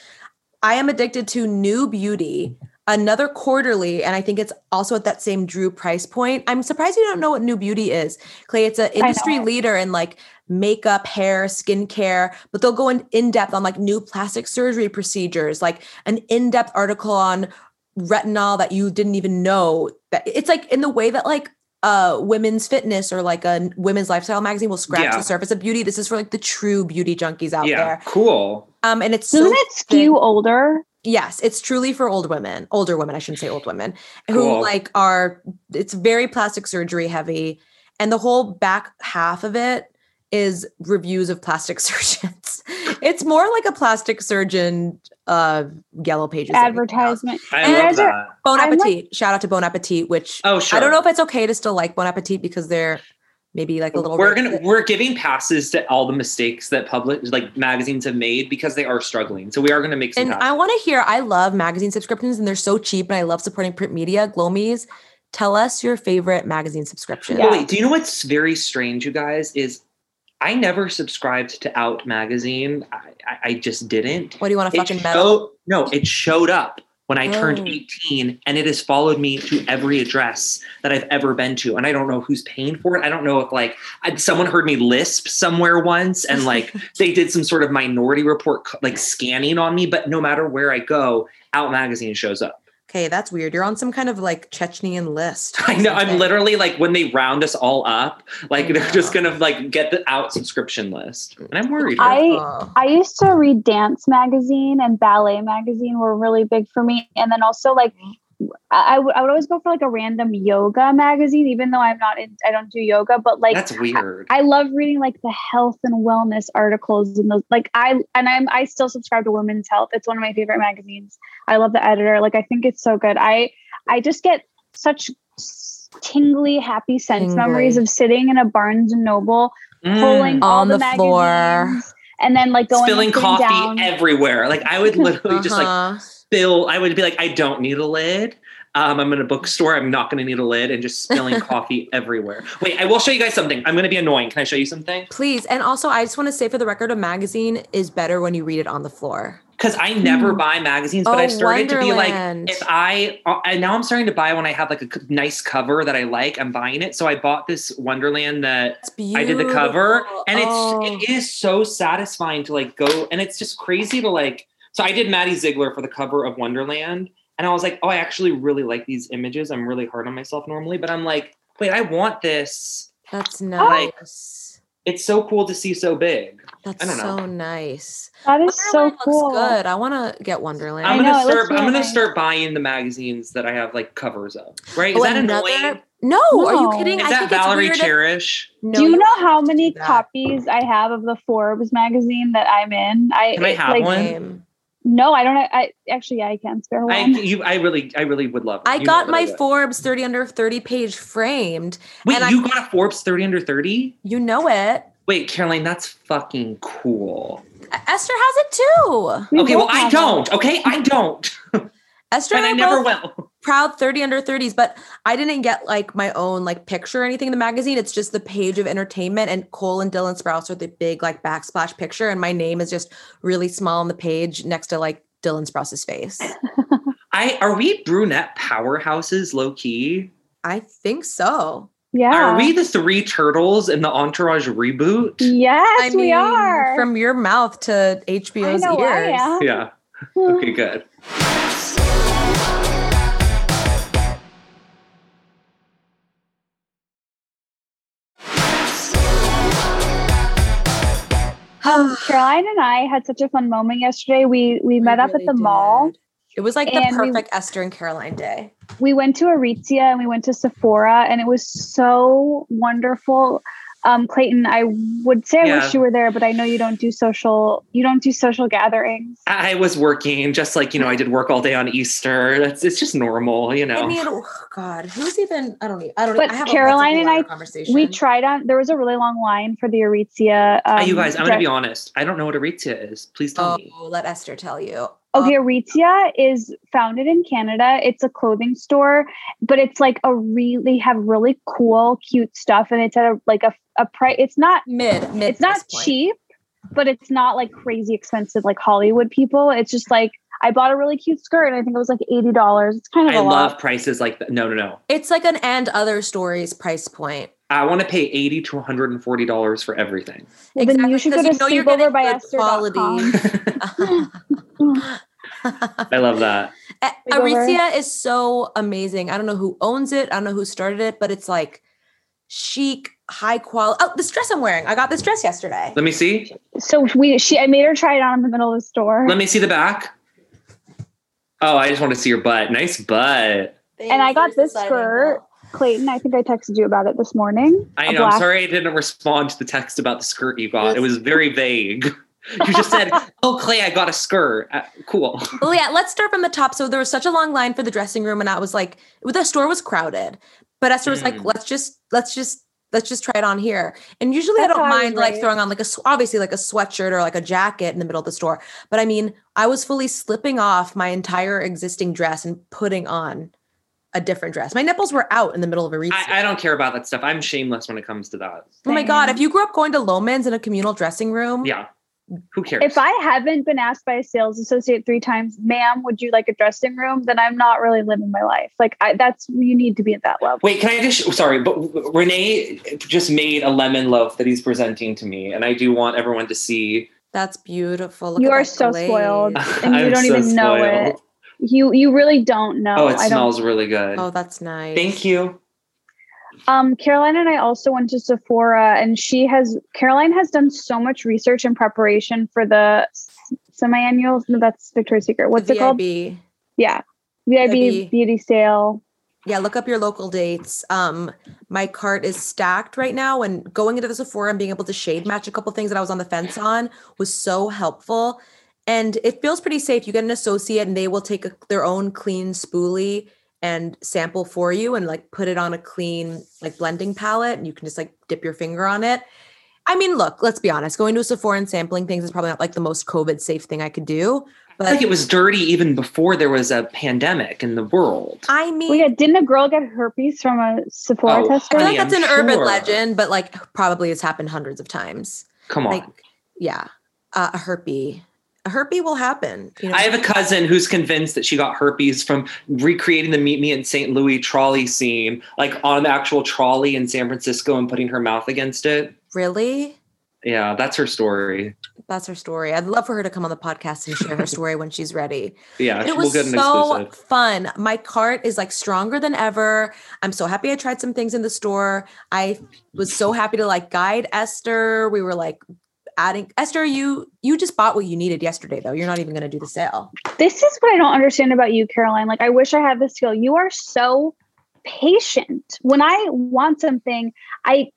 S2: I am addicted to New Beauty, another quarterly, and I think it's also at that same Drew price point. I'm surprised you don't know what New Beauty is, Clay. It's an
S3: know
S2: industry
S3: it.
S2: leader in like makeup, hair, skincare, but they'll go in, in depth on like new plastic surgery procedures, like an in depth article on retinol that you didn't even know that it's like in the way that like uh women's fitness or like a women's lifestyle magazine will scratch
S4: Yeah.
S2: the surface of beauty this is for like the true beauty junkies out
S4: yeah.
S2: there
S4: Cool.
S2: um and it's so
S3: Doesn't it skew older?
S2: yes it's truly for old women older women i shouldn't say old women who
S4: Cool.
S2: like are it's very plastic surgery heavy and the whole back half of it is reviews of plastic surgeons it's more like a plastic surgeon uh yellow pages than anything else.
S3: Advertisement.
S4: I
S2: And
S4: love
S3: is there-
S4: that.
S2: bon
S3: I'm, like-
S2: appetit shout out to bon appetit which
S4: Oh, sure.
S2: I don't know if it's okay to still like Bon Appetit because they're maybe like a little.
S4: we're
S2: racist.
S4: gonna we're giving passes to all the mistakes that public like magazines have made because they are struggling. So we are gonna make some.
S2: and I want to hear. I love magazine subscriptions, and they're so cheap, and I love supporting print media. Glomies, tell us your favorite magazine subscription.
S3: Yeah.
S4: Oh, wait, do you know what's very strange, you guys? Is I never subscribed to Out magazine. I, I, I just didn't.
S2: What do you want to
S4: It
S2: fucking metal?
S4: showed, no, it showed up when I turned
S2: Oh.
S4: 18 and it has followed me to every address that I've ever been to. And I don't know who's paying for it. I don't know if like I, someone heard me lisp somewhere once and like they did some sort of minority report c- like scanning on me. But no matter where I go, Out magazine shows up.
S2: Okay, that's weird. You're on some kind of like Chechenian list. or
S4: I know. I'm
S2: something.
S4: literally like when they round us all up, like
S2: I
S4: they're just
S2: know.
S4: gonna like get the out subscription list, and I'm worried.
S3: I-
S2: Oh.
S3: I used to read Dance Magazine and Ballet Magazine were really big for me. And then also like
S2: Mm-hmm.
S3: I I would I would always go for like a random yoga magazine, even though I'm not in, I don't do yoga, but like
S4: That's weird.
S3: I love reading like the health and wellness articles and those like I and I'm I still subscribe to Women's Health. It's one of my favorite magazines. I love the editor. Like I think it's so good. I I just get such tingly happy sense
S2: Tingly.
S3: memories of sitting in a Barnes and Noble
S4: Mm.
S3: pulling all
S2: On
S3: the,
S2: the floor.
S3: magazines and then like going and
S4: spilling
S3: sitting
S4: coffee
S3: down.
S4: everywhere. Like I would literally just like
S2: Uh-huh.
S4: spill. I would be like, I don't need a lid. Um, I'm in a bookstore. I'm not going to need a lid, and just spilling coffee everywhere. Wait, I will show you guys something. I'm going to be annoying. Can I show you something?
S2: Please, and also I just want to say for the record, a magazine is better when you read it on the floor.
S4: Because I never
S3: Mm.
S4: buy magazines, but
S2: oh,
S4: I've started to be like,
S2: Wonderland.
S4: if I uh, and now I'm starting to buy when I have like a c- nice cover that I like, I'm buying it. So I bought this Wonderland that
S2: It's
S4: I did the cover,
S2: beautiful.
S4: and
S2: Oh.
S4: it's it is so satisfying to like go, and it's just crazy to like. So I did Maddie Ziegler for the cover of Wonderland, and I was like, oh, I actually really like these images. I'm really hard on myself normally, but I'm like, wait, I want this.
S2: Oh, That's
S3: Oh,
S4: Like-
S2: nice.
S4: It's so cool to see so big.
S2: That's
S4: don't know.
S2: so nice.
S3: That is so
S2: Wonderland
S3: cool.
S2: looks good. I want to get Wonderland.
S4: I'm
S3: know, it
S4: gonna
S3: looks
S4: start. I'm
S3: really
S4: gonna
S3: nice.
S4: start buying the magazines that I have like covers of. Right? Is
S2: Oh,
S4: that
S2: another-
S4: annoying?
S2: No, are you
S3: No.
S2: kidding?
S4: Is that Valerie
S2: weird if-
S4: Cherish?
S2: No,
S3: Do you know how
S2: can't
S3: many
S2: do that.
S3: copies I have of the Forbes magazine that I'm in? I
S4: Can I
S3: it's
S4: have
S3: like,
S4: one?
S2: Same.
S3: No, I don't. I actually, yeah, I can spare one.
S4: I you I really I really would love. it.
S2: I
S4: You
S2: got
S4: know that I
S2: my
S4: would.
S2: Forbes 30 under 30 page framed.
S4: Wait,
S2: and I-
S4: you got a Forbes 30 under 30?
S2: You know it. E,
S4: Wait, Caroline, that's fucking cool.
S2: Esther has it too.
S3: We
S4: Okay, well,
S3: both
S4: I
S3: have
S4: don't. Okay, I don't.
S2: Esther
S4: And
S2: and
S4: I
S2: I
S4: never
S2: both
S4: will.
S2: proud 30 under 30s, but I didn't get like my own like picture or anything in the magazine. It's just the page of entertainment and Cole and Dylan Sprouse are the big like backsplash picture. And my name is just really small on the page next to like Dylan Sprouse's face.
S4: I are we brunette powerhouses low key?
S2: I think so.
S3: Yeah.
S4: Are we the three turtles in the entourage reboot?
S3: Yes,
S2: I
S3: we are.
S2: From your mouth to
S3: I
S2: HBO's
S3: know I
S2: ears.
S3: am.
S4: Yeah. Okay, good.
S3: Caroline and I had such a fun moment yesterday. We we met up at the mall.
S2: It was like the
S3: And we-
S2: perfect Esther and Caroline day.
S3: We went to Aritzia and we went to Sephora, and it was so wonderful. Um, Clayton, I would say I
S4: Yeah.
S3: wish you were there, but I know you don't do social. You don't do social gatherings.
S4: I was working just like, you know, I did work all day on Easter. That's it's just normal, you know.
S2: I mean, oh, God, who's even? I don't. e- I don't.
S3: But
S2: I have a
S3: Caroline
S2: multiple
S3: and I-
S2: hour conversation.
S3: We tried on. There was a really long line for the Aritzia. Um,
S4: Ah, you guys, I'm going
S3: dress-
S4: to be honest. I don't know what Aritzia is. Please tell
S2: Oh,
S4: me.
S2: let Esther tell you. Um,
S3: Okay, Aritzia is founded in Canada. It's a clothing store, but it's like a really they have really cool, cute stuff, and it's at a like a a price. It's not
S2: mid, mid.
S3: it's not
S2: price point.
S3: cheap, but it's not like crazy expensive like Hollywood people. It's just like I bought a really cute skirt, and I think it was like eighty dollars. It's kind of
S4: I
S3: a
S4: love
S3: lot.
S4: prices like that. No, no, no.
S2: It's like an and other stories price point.
S4: I want to pay 80 to 140 dollars for everything.
S3: Well, then you should go
S2: because
S3: to
S2: know you're
S3: sleepover
S2: getting
S3: by
S2: good
S3: Esther.com.
S4: I love that.
S2: A-
S3: Sleepover.
S2: Aritzia is so amazing. I don't know who owns it. I don't know who started it, but it's like chic, high quality. Oh, this dress I'm wearing. I got this dress yesterday.
S4: Let me see.
S3: So we she I made her try it on in the middle of the store,
S4: Let me see the back. Oh, I just want to see your butt. Nice butt.
S3: And I got this skirt. Clayton. I think I texted you about it this morning.
S4: I
S3: A
S4: know. I'm
S3: black-
S4: sorry I didn't respond to the text about the skirt you got. It was very vague. You just said, "Oh, Clay, I got a skirt." Uh, cool.
S2: Well, yeah, let's start from the top. So there was such a long line for the dressing room, and I was like, the store was crowded. But Esther was like,
S4: Mm.
S2: let's just, let's just, let's just try it on here. And usually
S3: That's
S2: I don't
S3: how I was
S2: mind like
S3: raised.
S2: throwing on like a s- obviously like a sweatshirt or like a jacket in the middle of the store. But I mean, I was fully slipping off my entire existing dress and putting on a different dress. My nipples were out in the middle of a recess.
S4: I, I don't care about that stuff. I'm shameless when it comes to that.
S2: oh my god!
S3: Same.
S2: If you grew up going to Lomans in a communal dressing room,
S4: Yeah. Who cares?
S3: If I haven't been asked by a sales associate three times, ma'am, would you like a dressing room? Then I'm not really living my life. Like I, that's you need to be at that level.
S4: Wait, can I just? oh, Sorry, but Renee just made a lemon loaf that he's presenting to me, and I do want everyone to see.
S2: that's beautiful. Look
S3: You
S2: at
S3: are
S2: that
S3: so
S2: glaze.
S3: spoiled. And you
S4: I'm
S3: don't
S4: so
S3: even know it.
S4: spoiled.
S3: You you really don't know.
S4: Oh, it
S3: I don't.
S4: smells really good.
S2: Oh, that's nice.
S4: Thank you.
S3: Um, Caroline and I also went to Sephora, and she has Caroline has done so much research and preparation for the s- semi-annual. No, that's Victoria's Secret. What's it called?
S2: VIB.
S3: Yeah, VIB,
S2: VIB.
S3: beauty sale.
S2: Yeah, look up your local dates. Um, my cart is stacked right now, and going into the Sephora and being able to shade match a couple things that I was on the fence on was so helpful. And it feels pretty safe. You get an associate, and they will take a, their own clean spoolie and sample for you, and like put it on a clean like blending palette, and you can just like dip your finger on it. I mean, look, let's be honest. Going to a Sephora and sampling things is probably not like the most COVID safe thing I could do,
S4: I think
S2: but
S4: it was dirty even before there was a pandemic in the world.
S2: I mean,
S3: Well, yeah, didn't a girl get herpes from a Sephora
S4: Oh,
S3: tester?
S2: I feel
S4: I
S2: like
S4: am
S2: that's an urban
S4: sure.
S2: legend, but like probably it's happened hundreds of times.
S4: Come on.
S2: Like, yeah, uh, a herpy, a herpy will happen. You know,
S4: I have a cousin who's convinced that she got herpes from recreating the Meet Me in St. Louis trolley scene, like on an actual trolley in San Francisco and putting her mouth against it.
S2: really.
S4: Yeah, that's her story.
S2: That's her story. I'd love for her to come on the podcast and share her story when she's ready.
S4: Yeah,
S2: It was
S4: an
S2: so
S4: exclusive.
S2: fun. My cart is like stronger than ever. I'm so happy I tried some things in the store. I was so happy to like guide Esther. We were like adding Esther, you you just bought what you needed yesterday though. You're not even gonna do the sale.
S3: This is what I don't understand about you, Caroline. Like, I wish I had this skill. You are so patient. When I want something, I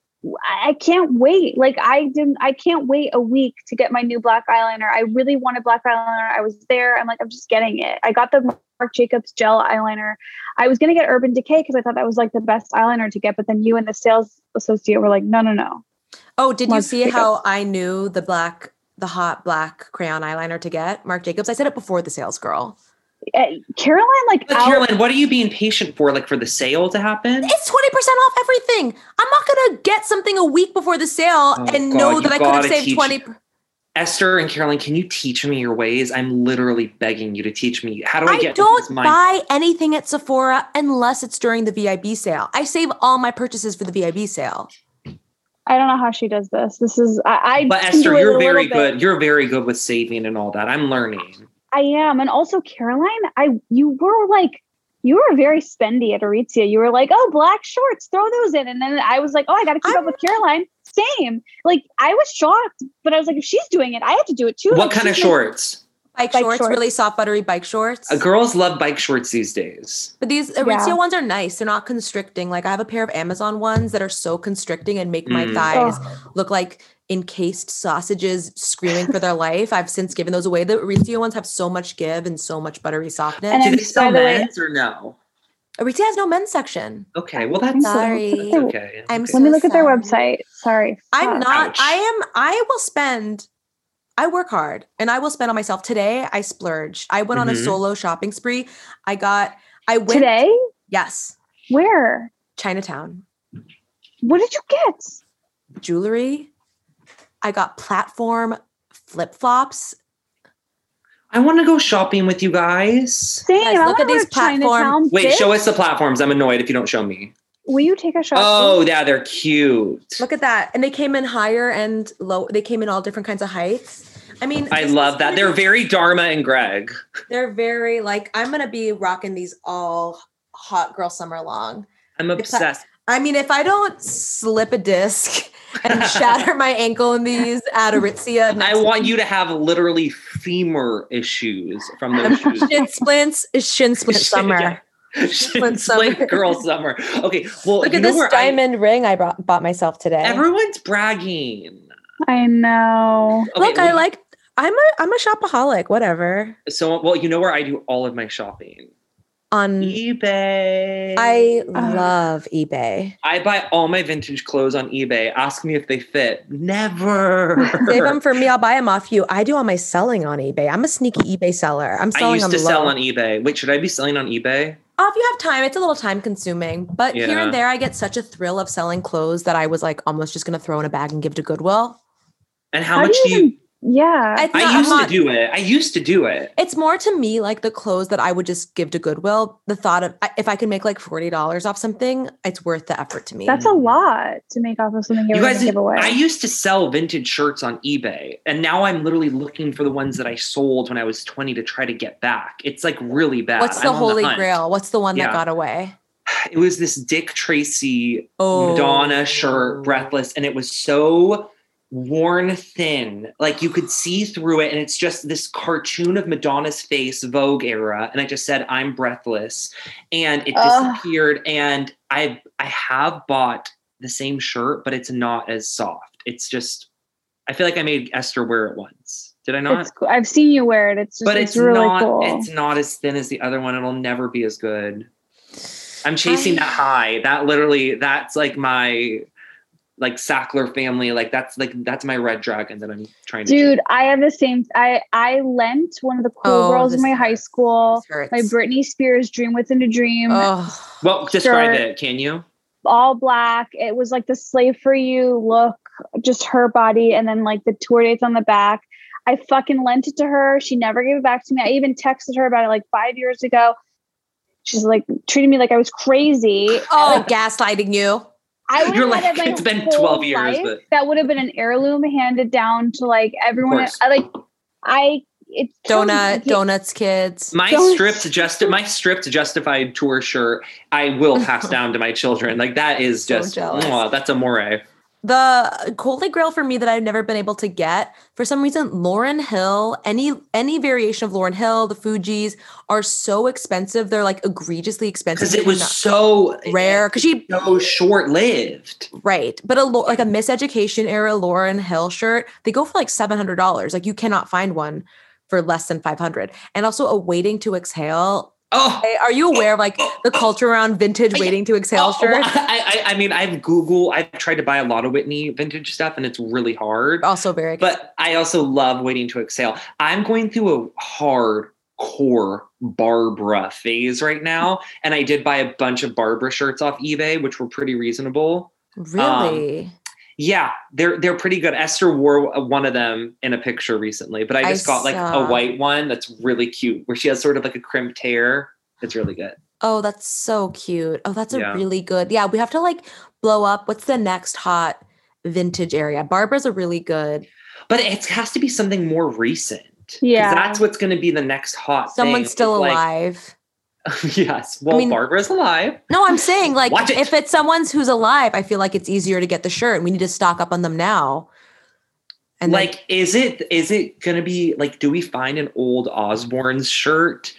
S3: I can't wait. Like I didn't I can't wait a week to get my new black eyeliner. I really wanted black eyeliner. I was there. I'm like, I'm just getting it. I got the Marc Jacobs gel eyeliner. I was gonna get Urban Decay because I thought that was like the best eyeliner to get, but then you and the sales associate were like, no, no, no.
S2: Oh, did you
S3: Marc
S2: see
S3: Jacobs.
S2: how I knew the black the hot black crayon eyeliner to get, Marc Jacobs. I said it before the sales girl.
S3: Uh, Caroline, like,
S4: But
S3: out-
S4: Caroline, what are you being patient for? Like for the sale to happen?
S2: It's 20% off everything. I'm not going to get something a week before the sale
S4: Oh,
S2: and
S4: God,
S2: know
S4: you
S2: that I could have
S4: gotta
S2: saved
S4: teach-
S2: 20.
S4: Esther and Caroline, can you teach me your ways? I'm literally begging you to teach me. How do I,
S2: I
S4: get
S2: don't
S4: into this mindset?
S2: buy anything at Sephora unless it's during the VIB sale. I save all my purchases for the VIB sale.
S3: I don't know how she does this. This is I. I
S4: But
S3: can do
S4: Esther,
S3: it
S4: you're
S3: a little
S4: very
S3: bit.
S4: good. You're very good with saving and all that. I'm learning.
S3: I am, and also Caroline, I you were like you were very spendy at Aritzia. You were like, oh, black shorts, throw those in, and then I was like, oh, I got to keep
S2: I'm
S3: up with Caroline. Same, like I was shocked, but I was like, if she's doing it, I have to do it too.
S4: What
S3: Like,
S4: kind of
S3: she's making-
S4: shorts?
S2: Bike,
S3: Bike
S2: shorts,
S3: shorts.
S2: really soft, buttery bike shorts.
S4: Uh, girls love bike shorts these days.
S2: But these Aritzia
S3: Yeah.
S2: ones are nice. They're not constricting. Like I have a pair of Amazon ones that are so constricting and make my
S4: Mm.
S2: thighs
S3: Oh,
S2: look like encased sausages screaming for their life. I've since given those away. The Aritzia ones have so much give and so much buttery softness.
S3: And
S4: Do
S3: then,
S4: they sell
S3: by the way-
S4: men's or no?
S2: Aritzia has no men's section.
S4: Okay, well that's
S3: So-
S2: Sorry.
S3: so-
S4: okay.
S2: I'm
S4: okay.
S3: let me look at their
S2: sorry.
S3: website. Sorry,
S2: I'm
S3: Fuck.
S2: not.
S4: Ouch.
S2: I am. I will spend. I work hard, and I will spend on myself. Today, I splurged. I went on a
S4: Mhm.
S2: solo shopping spree. I got. I went.
S3: today.
S2: Yes,
S3: Where?
S2: Chinatown
S3: What did you get?
S2: jewelry. I got platform flip flops.
S4: I want to go shopping with you guys.
S3: Same.
S2: Guys,
S3: I
S2: look
S3: wanna
S2: at
S3: go
S2: these
S3: to
S2: platform-
S3: Chinatown,
S4: Wait,
S3: bitch.
S4: show us the platforms. I'm annoyed if you don't show me.
S3: Will you take a shot?
S4: Oh, yeah, they're cute.
S2: Look at that, and they came in higher and low. They came in all different kinds of heights. I mean,
S4: I
S2: this is
S4: love that.
S2: gonna
S4: They're
S2: be-
S4: very Dharma and Greg.
S2: They're very like I'm gonna be rocking these all hot girl summer long.
S4: I'm obsessed.
S2: I mean, if I don't slip a disc and shatter my ankle in these at Aritzia,
S4: I
S2: next-
S4: want you to have literally femur issues from those shoes.
S2: shin splints is shin splint summer.
S4: Yeah.
S2: Splint summer.
S4: Splint girl summer. Okay. Well,
S2: Look
S4: you
S2: at
S4: know
S2: this
S4: where I-
S2: diamond ring I bought, bought myself today.
S4: everyone's bragging.
S3: I know.
S4: Okay,
S2: Look, I
S4: well,
S2: like. I'm a I'm a shopaholic. Whatever.
S4: So, well, you know where I do all of my shopping?
S2: On
S4: E
S2: Mm.
S4: eBay.
S2: I
S4: Uh-huh.
S3: Ah.
S2: love eBay.
S4: I buy all my vintage clothes on eBay. Ask me if they fit. Never.
S2: Save them for me. I'll buy them off you. I do all my selling on eBay. I'm a sneaky eBay seller. I'm selling
S4: I used
S2: on
S4: to
S2: low.
S4: sell on e- eBay. Wait, should I be selling on eBay?
S2: Oh, if you have time, it's a little time consuming, but here
S4: Yeah.
S2: and there, I get such a thrill of selling clothes that I was like almost just gonna throw in a bag and give to Goodwill.
S4: And how, much do you?
S3: even- Yeah.
S2: It's not-
S4: I
S2: I'm
S4: used
S2: not-
S4: to do it. I used to do it.
S2: It's more to me like the clothes that I would just give to Goodwill. The thought of I- if I can make like forty dollars off something, it's worth the effort to me.
S3: That's a lot to make off of something
S4: You
S3: you're going
S4: guys,
S3: to give away.
S4: I used to sell vintage shirts on eBay, and now I'm literally looking for the ones that I sold when I was 20 to try to get back. It's like really bad.
S2: What's the
S4: I'm on
S2: holy
S4: hunt.
S2: grail? What's the one
S4: Yeah.
S2: that got away?
S4: It was this Dick Tracy
S2: Oh,
S4: Madonna shirt, Breathless, and it was so worn thin. Like you could see through it, and it's just this cartoon of Madonna's face, Vogue era. And I just said, I'm breathless. And it
S3: Ugh.
S4: disappeared. And I I have bought the same shirt, but it's not as soft. It's just I feel like I made Esther wear it once. Did I not?
S3: it's cool. I've seen you wear it. It's just
S4: but
S3: it's,
S4: it's,
S3: really
S4: not
S3: cool.
S4: it's not as thin as the other one. It'll never be as good. I'm chasing
S2: I-
S4: that high. That literally, that's like my like Sackler family. Like that's like that's my red dragon that I'm trying to.
S3: Dude, I have the same I I lent one of the cool
S2: Oh,
S3: girls
S2: this
S3: in my high
S2: hurts.
S3: school
S2: This hurts.
S3: my Britney Spears Dream Within a Dream,
S2: Oh.
S4: chase. Well, describe
S3: Sure.
S4: it. Can you?
S3: all black. It was like the slave for you look, just her body and then like the tour dates on the back. I fucking lent it to her. She never gave it back to me. I even texted her about it like 5 years ago. She's like treating me like I was crazy.
S2: oh, gaslighting you.
S3: I would
S4: You're
S3: have had
S4: like,
S3: it my
S4: "It's been
S3: whole
S4: 12 years,
S3: life.
S4: but-"
S3: that would have been an heirloom handed down to like everyone.
S4: course.
S3: I like I it killed me.
S2: Donut, donuts, kids.
S4: My
S3: Don't-
S4: stripped just my stripped justified tour shirt. I will pass down to my children. Like that is
S2: So
S4: just
S2: jealous.
S4: mwah, that's a more. eh.
S2: the holy grail for me that I've never been able to get for some reason Lauren Hill any any variation of Lauren Hill the Fugees are so expensive they're like egregiously expensive
S4: Because it
S2: They're
S4: was
S2: not
S4: so
S2: rare because she
S4: so short lived.
S2: right but a lo- like a miseducation era Lauren Hill shirt they go for like seven hundred dollars like you cannot find one for less than five hundred and also a waiting to exhale
S4: Oh,
S2: Hey, Are you aware of like the culture around vintage waiting to exhale
S4: oh, well,
S2: shirts?
S4: I, I I mean I've Google I've tried to buy a lot of Whitney vintage stuff and it's really hard.
S2: Also very.
S4: But I also love waiting to exhale. I'm going through a hard core Barbara phase right now. And I did buy a bunch of Barbara shirts off eBay, which were pretty reasonable.
S2: really.
S4: um, Yeah, they're they're pretty good. Esther wore one of them in a picture recently, but I
S2: I
S4: just got like a
S2: saw.
S4: white one that's really cute where she has sort of like a crimped hair. It's really good.
S2: oh, that's so cute. Oh, that's a
S4: Yeah.
S2: really good. Yeah, we have to like blow up. What's the next hot vintage area? Barbara's a really good.
S4: But it has to be something more recent. 'cause
S3: Yeah.
S4: That's what's gonna be the next hot thing.
S2: Someone's
S4: is,
S2: still
S4: like-
S2: alive.
S4: yes. Well,
S2: mean-
S4: Barbara's alive.
S2: No, I'm saying like
S4: Watch it.
S2: if it's someone's who's alive, I feel like it's easier to get the shirt. and We need to stock up on them now. And like
S4: like, mm, is it is it gonna be like? Do we find an old Osborne's shirt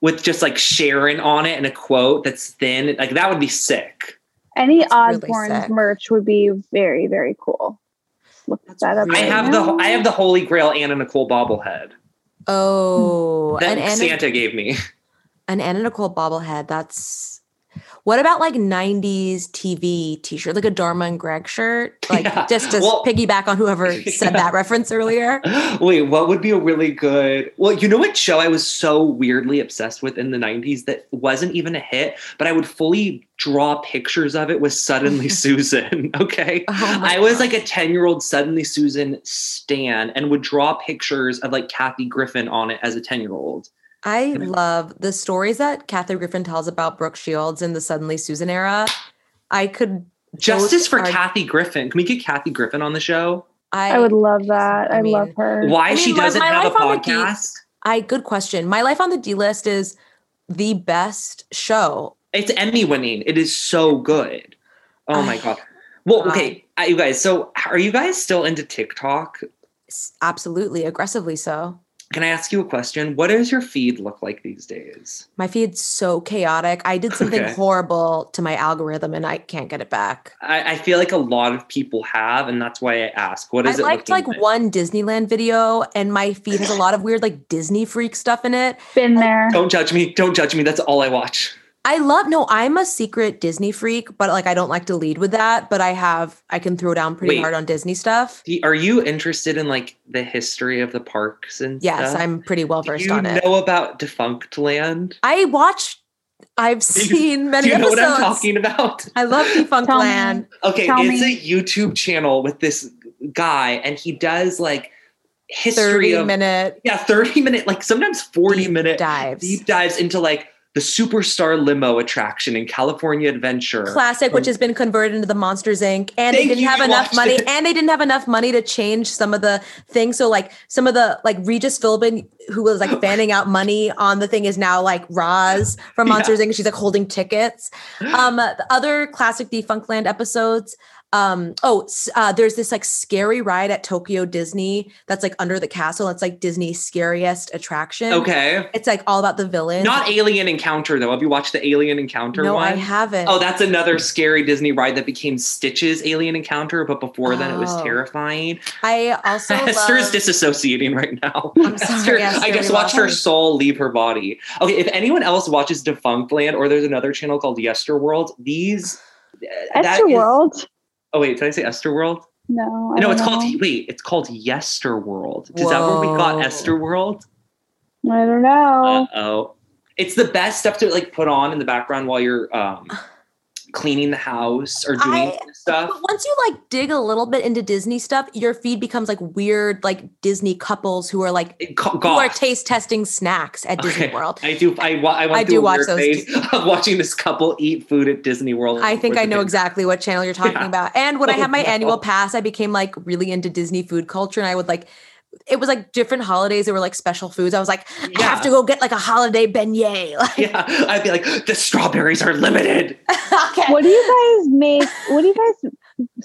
S4: with just like Sharon on it and a quote that's thin? Like that would be sick.
S3: Any
S2: That's really
S3: Osborne's
S2: sick.
S3: merch would be very, very cool. Let's Look
S2: That's
S3: that up.
S4: I
S2: really
S3: right
S4: have
S3: now.
S4: the I have the Holy Grail Anna Nicole bobblehead
S2: oh,
S4: that
S2: and Anna,
S4: Santa gave me.
S2: an Anna Nicole bobblehead. That's what about like '90s TV T-shirt, like a Dharma and Greg shirt, like
S4: Yeah.
S2: just to
S4: Well-
S2: piggyback on whoever said that reference earlier.
S4: Wait, what would be a really good? Well, you know what show I was so weirdly obsessed with in the '90s that wasn't even a hit, but I would fully draw pictures of it. Was Suddenly Susan? Okay,
S2: Oh my
S4: I was like a ten-year-old Suddenly Susan stan and would draw pictures of like Kathy Griffin on it as a ten-year-old.
S2: I
S4: Yeah.
S2: love the stories that Kathy Griffin tells about Brooke Shields in the Suddenly Susan era. I could
S4: Justice for
S2: are-
S4: Kathy Griffin. Can we get Kathy Griffin on the show?
S2: I,
S3: I would love that.
S2: I
S3: I,
S2: mean,
S3: love her.
S4: Why
S2: I
S4: she
S2: mean, my-
S4: doesn't
S2: my
S4: have a
S2: life on the deep-
S4: podcast?
S2: I good question. My life on the D list is the best show.
S4: It's Emmy winning. It is so good. Oh my
S2: I-
S4: god. Well,
S2: God.
S4: okay, uh, you guys. So, are you guys still into TikTok?
S2: S- Absolutely, aggressively so.
S4: Can I ask you a question? What does your feed look like these days?
S2: My feed's so chaotic. I did something
S4: Okay.
S2: horrible to my algorithm and I can't get it back.
S4: I, I feel like a lot of people have, and that's why I ask. What
S2: I
S4: is it?
S2: liked like
S4: looking like?
S2: one Disneyland video and my feed has a lot of weird like Disney freak stuff in it.
S3: Been there.
S4: Don't judge me. Don't judge me. That's all I watch.
S2: I love no, I'm a secret Disney freak, but like I don't like to lead with that, but I have I can throw down pretty
S4: Wait.
S2: hard on Disney stuff.
S4: Do you- Are you interested in like the history of the parks and
S2: Yes,
S4: stuff?
S2: I'm pretty well
S4: Do
S2: versed
S4: you
S2: on it.
S4: know about Defunct Land?
S2: I watch I've
S4: you-
S2: seen many
S4: Do you know
S2: episodes.
S4: what I'm talking about?
S2: I love Defunct
S3: Tell me.
S2: Land.
S4: Okay,
S3: Tell
S4: it's
S3: me.
S4: a YouTube channel with this guy, and he does like
S2: 30
S4: history of
S2: minute
S4: yeah, thirty minute, like sometimes forty
S2: deep
S4: minute
S2: dives.
S4: deep dives into like the superstar limo attraction in California Adventure.
S2: Classic, which has been converted into the Monsters Inc. And
S4: Thank
S2: they didn't
S4: you,
S2: have
S4: you
S2: enough
S4: watched
S2: money.
S4: it.
S2: And they didn't have enough money to change some of the things. So like some of the like Regis Philbin, who was like fanning out money on the thing, is now like Roz from
S4: Yeah.
S2: Monsters Inc. She's like holding tickets. Um, uh, the other classic Defunctland episodes. Um, oh, s- uh, there's this like scary ride at Tokyo Disney that's like under the castle. It's like Disney's scariest attraction.
S4: okay,
S2: It's like all about the villains.
S4: not Alien Encounter though. Have you watched the Alien Encounter
S2: no,
S4: one?
S2: I haven't.
S4: Oh, that's another scary Disney ride that became Stitch's Alien Encounter, but before then it was
S2: Oh.
S4: terrifying.
S2: I also
S4: Esther is
S2: love-
S4: disassociating right now.
S2: I'm
S4: Esther-
S2: sorry, Esther,
S4: I just
S2: we
S4: watched
S2: love
S4: her soul leave her body. Okay, if anyone else watches Defunct Land or there's another channel called Yesterworld, these uh, that
S3: Extra
S4: is-
S3: World?
S4: oh wait, did I say Esterworld?
S3: No. I
S4: No,
S3: don't
S4: it's
S3: know.
S4: called wait, it's called Yesterworld. Is that where we got
S2: Whoa.
S4: Esterworld?
S3: I don't know.
S4: Uh oh. It's the best stuff to like put on in the background while you're um cleaning the house or doing
S2: I-
S4: stuff.
S2: But once you like dig a little bit into Disney stuff, your feed becomes like weird, like Disney couples who are like
S4: It, co-
S2: who are
S4: goth.
S2: taste testing snacks at Disney
S4: Okay.
S2: World.
S4: I do. I, wa- I went
S2: I
S4: through
S2: do
S4: a
S2: watch
S4: weird
S2: those
S4: phase of watching this couple eat food at Disney World.
S2: I think
S4: with
S2: I
S4: the
S2: know
S4: kids.
S2: exactly what channel you're talking
S4: Yeah.
S2: about. And when I
S4: Oh,
S2: had my
S4: no.
S2: annual pass, I became like really into Disney food culture and I would like it was like different holidays. There were like special foods. I was like, I
S4: Yeah.
S2: have to go get like a holiday beignet. Like,
S4: Yeah, I'd be like, the strawberries are limited.
S2: okay.
S3: What do you guys make? What do you guys?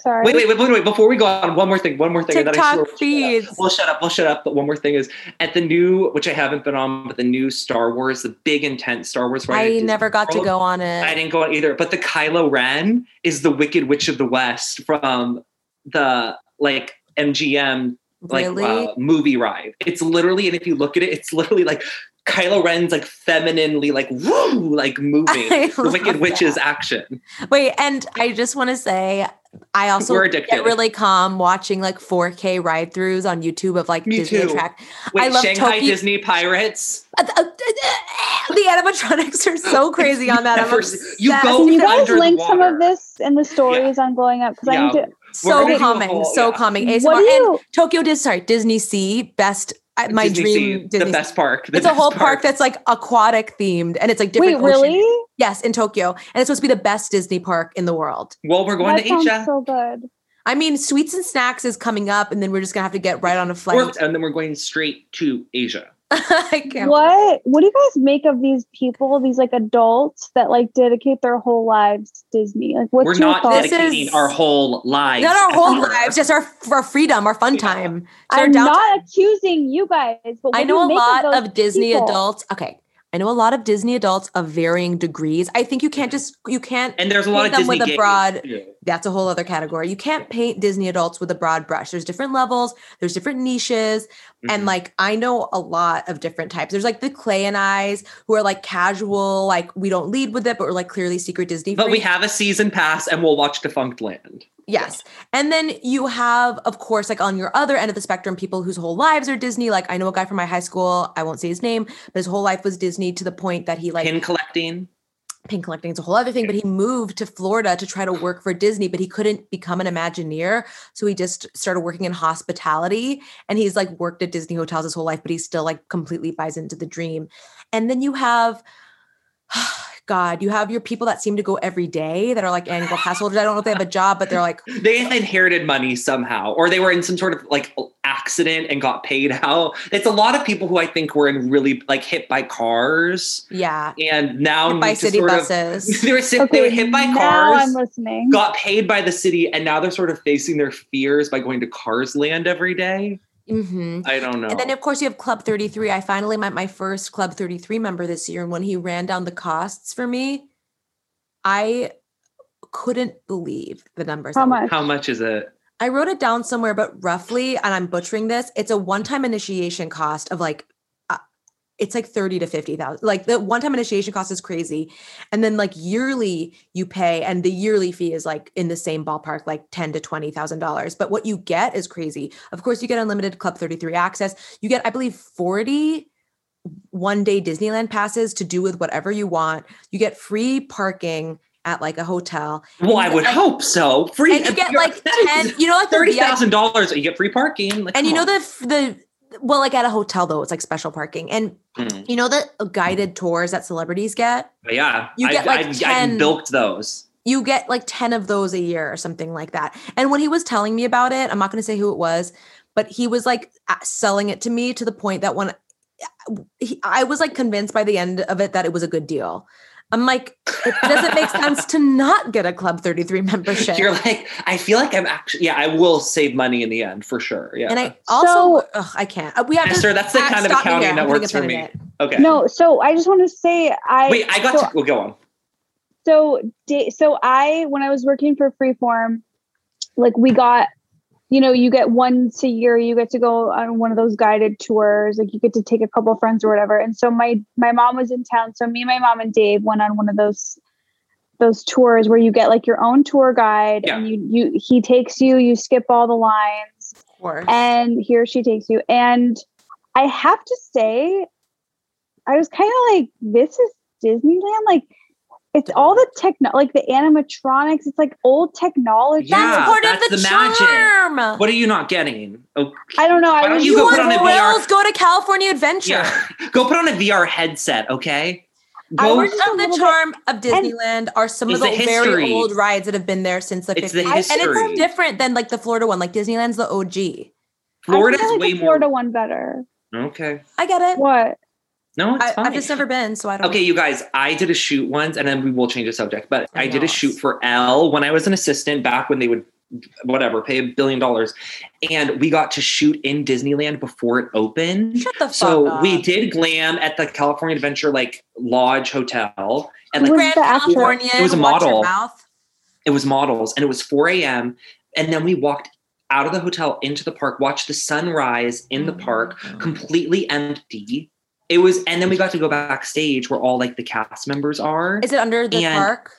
S3: Sorry.
S4: Wait, wait, wait, wait, wait. Before we go on, one more thing. One more thing. and then
S2: TikTok
S4: I swear we'll shut up.
S2: feeds.
S4: We'll shut up. We'll shut up. But one more thing is at the new, which I haven't been on, but the new Star Wars, the big intense Star Wars. ride at
S2: I
S4: Disney
S2: never got to
S4: World.
S2: go on
S4: I
S2: it.
S4: didn't go on either. But the Kylo Ren is the Wicked Witch of the West from the like MGM like
S2: Really?
S4: uh, movie ride. It's literally, and if you look at it, it's literally like Kylo Ren's like femininely like woo like moving
S2: I
S4: the Wicked
S2: love
S4: Witch's action.
S2: Wait, and I just want to say, I also
S4: We're
S2: get
S4: addicted.
S2: really calm watching like 4K ride throughs on YouTube of like
S4: Me
S2: Disney
S4: too.
S2: attract.
S4: Wait,
S2: I love
S4: Shanghai
S2: Toki-
S4: Disney Pirates.
S2: Uh, uh, uh, uh, The animatronics are so crazy on that. I'm
S4: Never
S2: obsessed.
S4: see- you go
S3: Can you guys
S4: Under the
S3: link some
S4: water.
S3: of this in the stories on glowing up? Because I
S4: Yeah.
S3: need to.
S4: We're
S2: so
S4: gonna do a
S2: calming,
S4: whole-
S2: so
S4: yeah.
S2: calming. ASMR
S3: What do
S2: and
S3: you?
S2: Tokyo Disney, sorry, Disney Sea, best I my
S4: Disney
S2: dream
S4: Sea,
S2: Disney.
S4: the
S2: Sea.
S4: best park. the
S2: it's a
S4: best
S2: whole park. that's like aquatic themed, and it's like
S3: Wait,
S2: different. ocean-
S3: really?
S2: Yes, in Tokyo, and it's supposed to be the best Disney park in the world.
S4: well, we're going
S3: that
S4: to
S3: sounds
S4: Asia.
S3: so good.
S2: I mean, sweets and snacks is coming up, and then we're just gonna have to get right on a
S4: We're-
S2: flight.
S4: and then we're going straight to Asia.
S2: I can't.
S3: What? What do you guys make of these people? These like adults that like dedicate their whole lives to Disney. Like, what's
S4: we're
S3: your
S4: not
S3: thought?
S2: This
S4: dedicating
S2: is-
S4: our whole lives.
S2: Not our
S4: as
S2: whole
S4: art.
S2: lives, just our our freedom, our fun
S4: Yeah.
S2: time. It's our
S3: I'm
S2: downtime.
S3: not accusing you guys, but what
S2: I
S3: do you
S2: know a
S3: make
S2: lot
S3: those
S2: of, Disney
S3: people?
S2: adults. Okay. I know a lot of Disney adults of varying degrees. I think you can't just you can't
S4: And there's a lot
S2: Paint
S4: of
S2: them
S4: Disney
S2: with a
S4: gays,
S2: broad-
S4: too.
S2: that's a whole other category. You can't paint Disney adults with a broad brush. There's different levels, there's different niches, and
S3: Mm-hmm.
S4: Mhm.
S2: like I know a lot of different types. There's like the Clay and I's who are like casual, like we don't lead with it, but we're like clearly secret Disney.
S4: But we
S2: freaks.
S4: have a season pass and we'll watch Defunct Land.
S2: Yes. And then you have, of course, like on your other end of the spectrum, people whose whole lives are Disney. Like I know a guy from my high school, I won't say his name, but his whole life was Disney to the point that he like
S4: Pin collecting.
S2: pin collecting is a whole other thing, but he moved to Florida to try to work for Disney, but he couldn't become an Imagineer. So he just started working in hospitality and he's like worked at Disney hotels his whole life, but he still like completely buys into the dream. And then you have, God, you have your people that seem to go every day that are like annual pass holders. I don't know if they have a job, but they're like,
S4: They inherited money somehow, or they were in some sort of like accident and got paid out. It's a lot of people who I think were in really like hit by cars
S2: yeah,
S4: and now need
S2: by
S4: to
S2: city
S4: sort of-
S2: buses.
S4: they were sick, they
S3: Okay,
S4: were hit by
S3: now
S4: cars.
S3: I'm listening.
S4: got paid by the city and now they're sort of facing their fears by going to Cars Land every day.
S2: hmm
S4: I don't know.
S2: And then, of course, you have Club 33. I finally met my first Club 33 member this year. And when he ran down the costs for me, I couldn't believe the numbers.
S3: How
S2: I-
S3: much?
S4: How much is it?
S2: I wrote it down somewhere, but roughly, and I'm butchering this, it's a one time initiation cost of like, uh, it's like 30 to 50,000. Like the one time initiation cost is crazy. And then like yearly you pay and the yearly fee is like in the same ballpark, like 10 to $20,000. But what you get is crazy. Of course you get unlimited club 33 access. You get, I believe 40 one day Disneyland passes to do with whatever you want. You get free parking at like a hotel
S4: Well, I
S2: get,
S4: would
S2: like-
S4: hope so. Free
S2: and you get like
S4: that is
S2: 10, you know, like the
S4: thirty
S2: VIP
S4: thousand dollars, you get free parking. Like,
S2: and you
S4: come
S2: know the f- the well like at a hotel though it's like special parking and
S4: on. Mm.
S2: you know the guided tours that celebrities get
S4: But yeah,
S2: You get,
S4: I've,
S2: like,
S4: I've,
S2: 10
S4: I've bilked those.
S2: you get like 10 of those a year or something like that and when he was telling me about it i'm not going to say who it was but he was like a- selling it to me to the point that when he, i was like convinced by the end of it that it was a good deal i'm like it doesn't make sense to not get a club 33 membership
S4: You're like, I feel like I'm actually, yeah, I will save money in the end for sure. Yeah.
S2: and i also
S3: So-
S2: ugh, i can't Uh, we have
S4: Esther, that's the
S2: uh,
S4: kind of
S2: stop me
S4: accounting
S2: here.
S4: that
S2: I'm putting
S4: works
S2: a
S4: for
S2: pin in
S4: me.
S2: it.
S4: okay.
S3: No, so I just want to say I
S4: Wait, I got
S3: so,
S4: to well, go on.
S3: so da- so I when I was working for Freeform, like we got, you know, you get once a year, you get to go on one of those guided tours, like you get to take a couple friends or whatever. And so my my mom was in town, so me, my mom, and Dave went on one of those those tours where you get like your own tour guide
S4: Yeah.
S3: and you you he takes you, you skip all the lines.
S2: of course
S3: and he or she takes you. And I have to say, I was kind of like, this is Disneyland. Like, it's all the techno, like the animatronics. It's like old technology.
S2: that's
S4: Yeah,
S2: part
S4: that's
S2: of the,
S4: the magic.
S2: charm
S4: What are you not getting? Okay.
S3: I don't know.
S4: Why
S3: I
S4: don't
S3: was
S4: you
S2: You
S4: go
S2: and
S4: put on a VR
S2: Wills go to California Adventure.
S4: Yeah. Go put on a VR headset, okay? Go.
S2: Part
S3: was- Just a
S2: of the
S3: little bit-
S2: charm of Disneyland are some of
S4: It's
S2: the,
S4: the
S2: very
S4: history.
S2: old rides that have been there since the
S4: It's the
S2: 50s. I- And
S4: history.
S2: it's different than like the Florida one. Like Disneyland's the OG.
S4: Florida's
S3: I feel like
S4: way
S3: the Florida
S4: more.
S3: one better.
S4: Okay.
S2: I get it.
S3: What?
S4: No, it's
S2: I,
S4: fine.
S2: I've just never been, so I don't
S4: Okay, you guys, I did a shoot once, and then we will change the subject. But
S2: I
S4: I did
S2: know.
S4: a shoot for Elle when I was an assistant back when they would, whatever, pay a billion dollars, and we got to shoot in Disneyland before it opened.
S2: Shut the fuck
S4: So
S2: up.
S4: we did glam at the California Adventure like Lodge Hotel, and like
S3: Where's
S2: Grand
S3: the actor?
S2: Californian.
S4: It was a
S2: watch your
S4: model.
S2: Mouth.
S4: it was models, and it was 4 a.m. And then we walked out of the hotel into the park, watched the sunrise in the park, completely empty. It was, and then we got to go backstage where all like the cast members are.
S2: Is it under the
S4: And-
S2: park?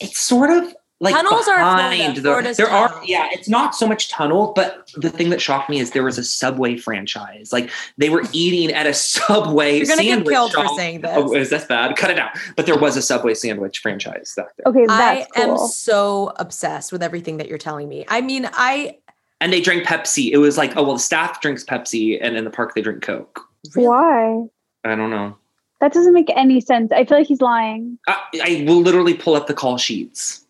S4: It's sort of like
S2: Tunnels are Florida.
S4: behind the-
S2: Florida's
S4: there are
S2: tunnels.
S4: yeah it's not so much tunnel but the thing that shocked me is there was a subway franchise like they were eating at a subway
S2: You're gonna get
S4: sandwich
S2: killed for
S4: shop.
S2: saying
S4: oh
S2: this.
S4: is that bad cut it out but there was a subway sandwich franchise back there
S3: Okay,
S2: I
S3: that's
S2: am
S3: cool.
S2: so obsessed with everything that you're telling me. I mean, I
S4: and they drank Pepsi. It was like, oh well, the staff drinks Pepsi, and in the park they drink Coke.
S3: Why?
S4: I don't know.
S3: That doesn't make any sense. I feel like he's lying.
S4: I, I will literally pull up the call sheets.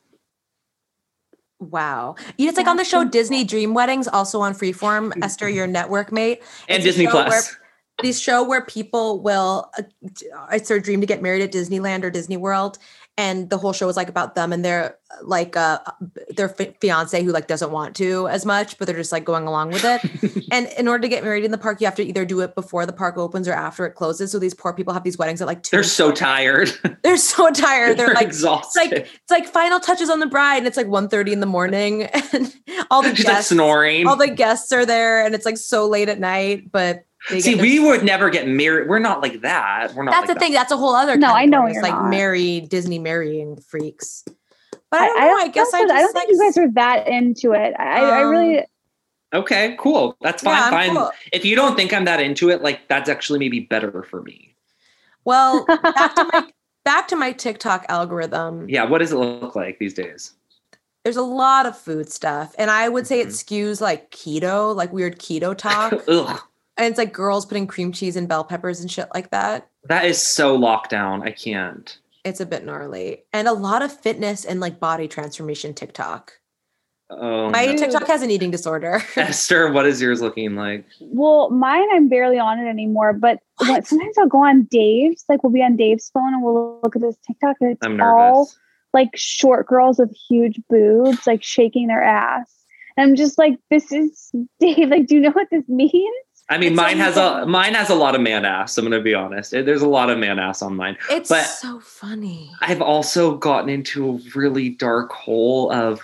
S2: Wow. Yeah, It's like on the show Disney Dream Weddings, also on Freeform, Esther, your network mate.
S4: And
S2: It's a
S4: Disney
S2: show
S4: Plus.
S2: where- This show where people will, uh, it's their dream to get married at Disneyland or Disney World. And the whole show is like about them and their like uh, their fi- fiance who like doesn't want to as much, but they're just like going along with it. and in order to get married in the park, you have to either do it before the park opens or after it closes. So these poor people have these weddings at like two.
S4: They're so tired.
S2: they're so tired. They're like it's
S4: exhausted.
S2: like it's like final touches on the bride and it's like 1.30 in the morning and all the
S4: She's like
S2: guests
S4: snoring.
S2: all the guests are there and it's like so late at night but they
S4: See,
S2: get
S4: we would never get married. We're not like that. We're not.
S2: that's
S4: like
S2: the thing that's a whole other
S3: No, I know
S2: category. it's
S3: you're
S2: like
S3: not.
S2: marry disney marrying freaks but i don't know i, guess i just
S3: don't know. I don't
S2: like
S3: think you guys are that into it. I, I
S2: Um,
S3: really.
S4: that. Okay, cool. That's
S2: yeah,
S4: fine.
S2: I'm
S4: fine.
S2: cool.
S4: If you don't think I'm that into it, like that's actually maybe better for me.
S2: well back to my back to my tiktok algorithm
S4: Yeah. What does it look like these days?
S2: there's a lot of food stuff and i would say it
S4: Mm-hmm.
S2: skews like keto like weird keto talk
S4: Ugh,
S2: and it's like girls putting cream cheese and bell peppers and shit like that
S4: that is so lockdown. I can't.
S2: it's a bit gnarly and a lot of fitness and like body transformation tiktok
S4: Oh,
S2: my
S4: no.
S3: Dude.
S2: tiktok has an eating disorder
S4: Esther, what is yours looking like?
S3: Well, mine, I'm barely on it anymore, but
S2: What?
S3: what- sometimes I'll go on Dave's, like we'll be on Dave's phone and we'll look at this TikTok and it's
S4: I'm
S3: all
S4: nervous.
S3: like short girls with huge boobs, like shaking their ass. And I'm just like, this is Dave, like, do you know what this means?
S4: I mean,
S2: It's
S4: mine has a
S2: amazing.
S4: mine has a lot of man ass. I'm gonna be honest. It- There's a lot of man ass on mine.
S2: it's
S4: But-
S2: so funny
S4: I've also gotten into a really dark hole of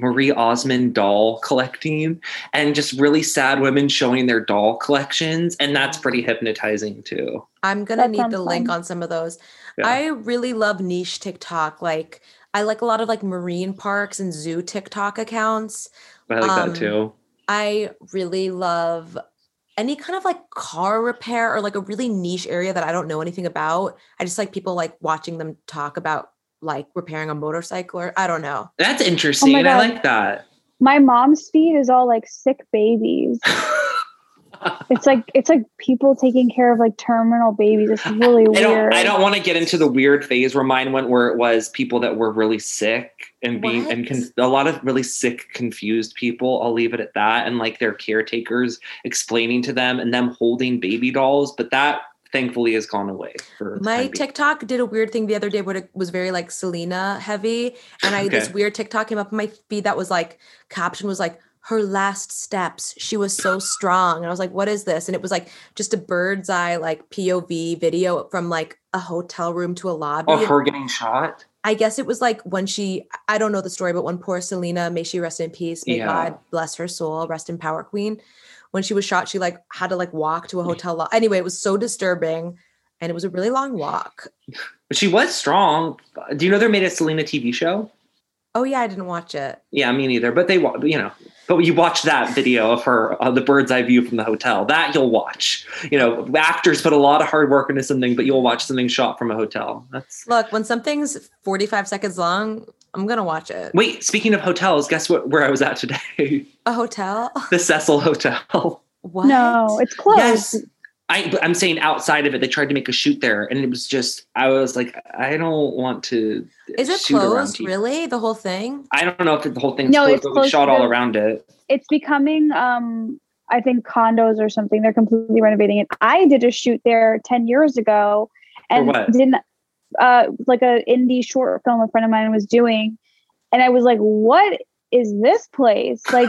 S4: Marie Osmond doll collecting and just really sad women showing their doll collections, and that's
S2: Oh.
S4: pretty hypnotizing too.
S2: i'm gonna
S3: That
S2: need
S3: sounds
S2: the link
S3: fun.
S2: on some of those
S4: Yeah.
S2: i really love niche tiktok like i like a lot of like marine parks and zoo tiktok accounts
S4: I like
S2: Um,
S4: that too.
S2: i really love any kind of like car repair or like a really niche area that i don't know anything about i just like people like watching them talk about like repairing a motorcycle or i don't know
S4: That's interesting. I
S3: God.
S4: like that.
S3: My mom's feed is all like sick babies. It's like, it's like people taking care of like terminal babies. It's really
S4: I
S3: weird.
S4: don't. I don't want to get into the weird phase where mine went, where it was people that were really sick and being
S2: What?
S4: and con- a lot of really sick, confused people. I'll leave it at that. And like their caretakers explaining to them and them holding baby dolls, but that thankfully has gone away. For the
S2: My
S4: time being.
S2: TikTok did a weird thing the other day where it was very like Selena heavy. And I this
S4: Okay.
S2: weird TikTok came up in my feed that was like caption was like her last steps. She was so strong. And I was like, what is this? And it was like just a bird's eye like POV video from like a hotel room to a lobby.
S4: Of Oh, her getting shot.
S2: I guess it was like when she I don't know the story, but when poor Selena, may she rest in peace, may
S4: Yeah.
S2: God bless her soul, rest in power queen. When she was shot, she like had to like walk to a hotel lo- Anyway, it was so disturbing. And it was a really long walk.
S4: But she was strong. Do you know they made a Selena TV show?
S2: Oh yeah, I didn't watch it.
S4: Yeah, me neither. But they, wa- you know, but you watch that video of her, uh, the bird's eye view from the hotel. That you'll watch. You know, actors put a lot of hard work into something, but you'll watch something shot from a hotel. That's
S2: Look, when something's 45 seconds long, I'm gonna watch it.
S4: wait. Speaking of hotels, guess what? Where I was at today,
S2: A hotel?
S4: the Cecil Hotel.
S2: What?
S3: No, it's closed.
S4: Yes. I, but I'm saying outside of it, they tried to make a shoot there, and it was just I was like, I don't want to.
S2: Is it
S4: shoot around
S2: closed?
S4: here.
S2: Really? The whole thing?
S4: I don't know if the whole thing's
S3: No,
S4: closed,
S3: it's
S4: but we
S3: closed
S4: shot
S3: to
S4: all
S3: the-
S4: around it.
S3: it's becoming um i think condos or something they're completely renovating it i did a shoot there 10 years ago and
S4: what?
S3: didn't uh like a indie short film a friend of mine was doing and i was like what is this place like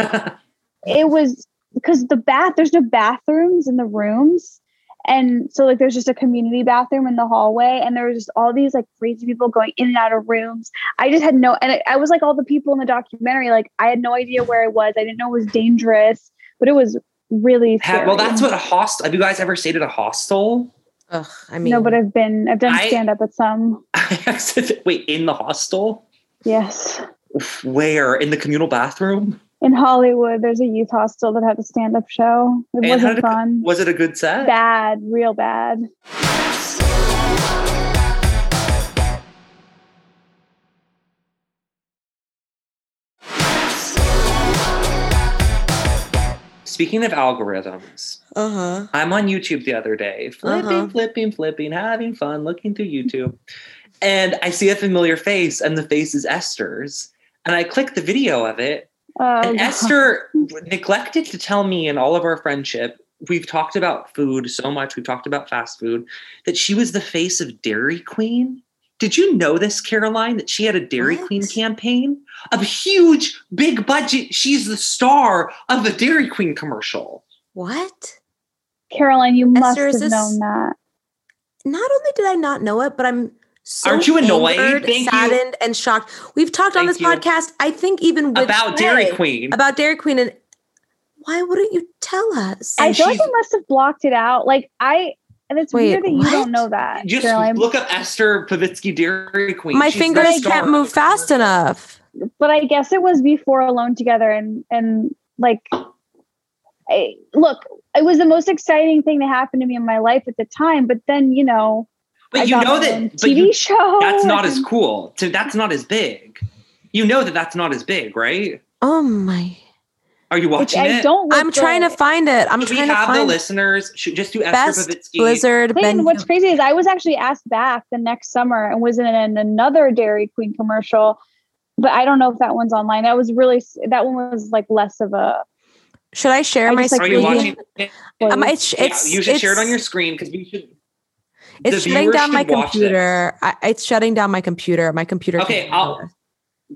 S3: it was because the bath there's no bathrooms in the rooms and so like there's just a community bathroom in the hallway and there was just all these like crazy people going in and out of rooms i just had no and I, I was like all the people in the documentary like i had no idea where i was i didn't know it was dangerous but it was really
S4: Ha-
S3: scary.
S4: well, that's what a hostel. Have you guys ever stayed at a hostel?
S2: Ugh, I mean,
S3: no, but I've been I've done
S4: I-
S3: stand up at some.
S4: I accident- Wait, in the hostel?
S3: Yes.
S4: Oof, Where? In the communal bathroom?
S3: In Hollywood, there's a youth hostel that had a stand up show. It
S4: And how
S3: wasn't
S4: did it-
S3: fun.
S4: Was it a good set?
S3: bad, real bad.
S4: Speaking of algorithms,
S2: uh huh.
S4: I'm on YouTube the other day, flipping,
S2: Uh-huh.
S4: flipping, flipping, having fun, looking through YouTube. And I see a familiar face, and the face is Esther's. And I click the video of it,
S3: Oh,
S4: and
S3: God.
S4: Esther neglected to tell me in all of our friendship, we've talked about food so much, we've talked about fast food, that she was the face of Dairy Queen. Did you know this, Caroline, that she had a Dairy
S2: What?
S4: Queen campaign? A huge, big budget. She's the star of a Dairy Queen commercial.
S2: What?
S3: Caroline, you must
S2: Esther,
S3: have
S2: is this-
S3: known that.
S2: Not only did I not know it, but I'm so
S4: Aren't you annoyed?
S2: angered,
S4: Thank you.
S2: saddened, and shocked. We've talked on
S4: Thank
S2: this
S4: you.
S2: podcast, I think, even with
S4: about
S2: Clay,
S4: Dairy Queen.
S2: about Dairy Queen, and why wouldn't you tell us?
S4: And
S3: I feel like I
S4: she's-
S3: must have blocked it out. Like I, and it's
S2: Wait,
S3: weird that you
S2: what?
S3: don't know that,
S4: Just
S3: Caroline.
S4: look up Esther Pavitsky Dairy Queen.
S2: My
S4: She's the
S2: fingers
S4: star
S2: can't
S4: of
S2: move
S4: the
S2: fast
S4: commercial.
S2: enough.
S3: but I guess it was before Alone Together, and and like, I, look, it was the most exciting thing that happened to me in my life at the time. But then you know, I
S4: But you
S3: got
S4: know
S3: my own
S4: that. But
S3: TV
S4: you
S3: show.
S4: that's not as
S3: and-
S4: cool. To, that's not as big. You know that that's not as big, right?
S2: Oh my!
S4: Are you
S3: It's-
S4: watching
S3: I
S4: it?
S3: don't. look
S2: I'm trying to
S3: good.
S2: find it. I'm
S4: Should we
S2: trying to
S4: have the
S2: find
S4: listeners should just do Esther
S2: best
S4: Pavitsky.
S2: Blizzard.
S3: Clayton,
S2: Ben-
S3: what's crazy is I was actually asked back the next summer and was in an- another Dairy Queen commercial, but I don't know if that one's online. That was really that one was like less of a.
S2: Should I share
S3: I
S2: my
S3: just, like,
S4: Are
S2: screen?
S4: you watching? it?
S2: Um, it's,
S4: Yeah,
S2: it's,
S4: you should share it on
S2: it's-
S4: your screen because we should.
S2: It's
S4: the
S2: shutting
S4: viewers
S2: down my
S4: should watch
S2: computer. I, it's shutting down my computer. My computer.
S4: Okay,
S2: can't
S4: I'll-
S2: do this.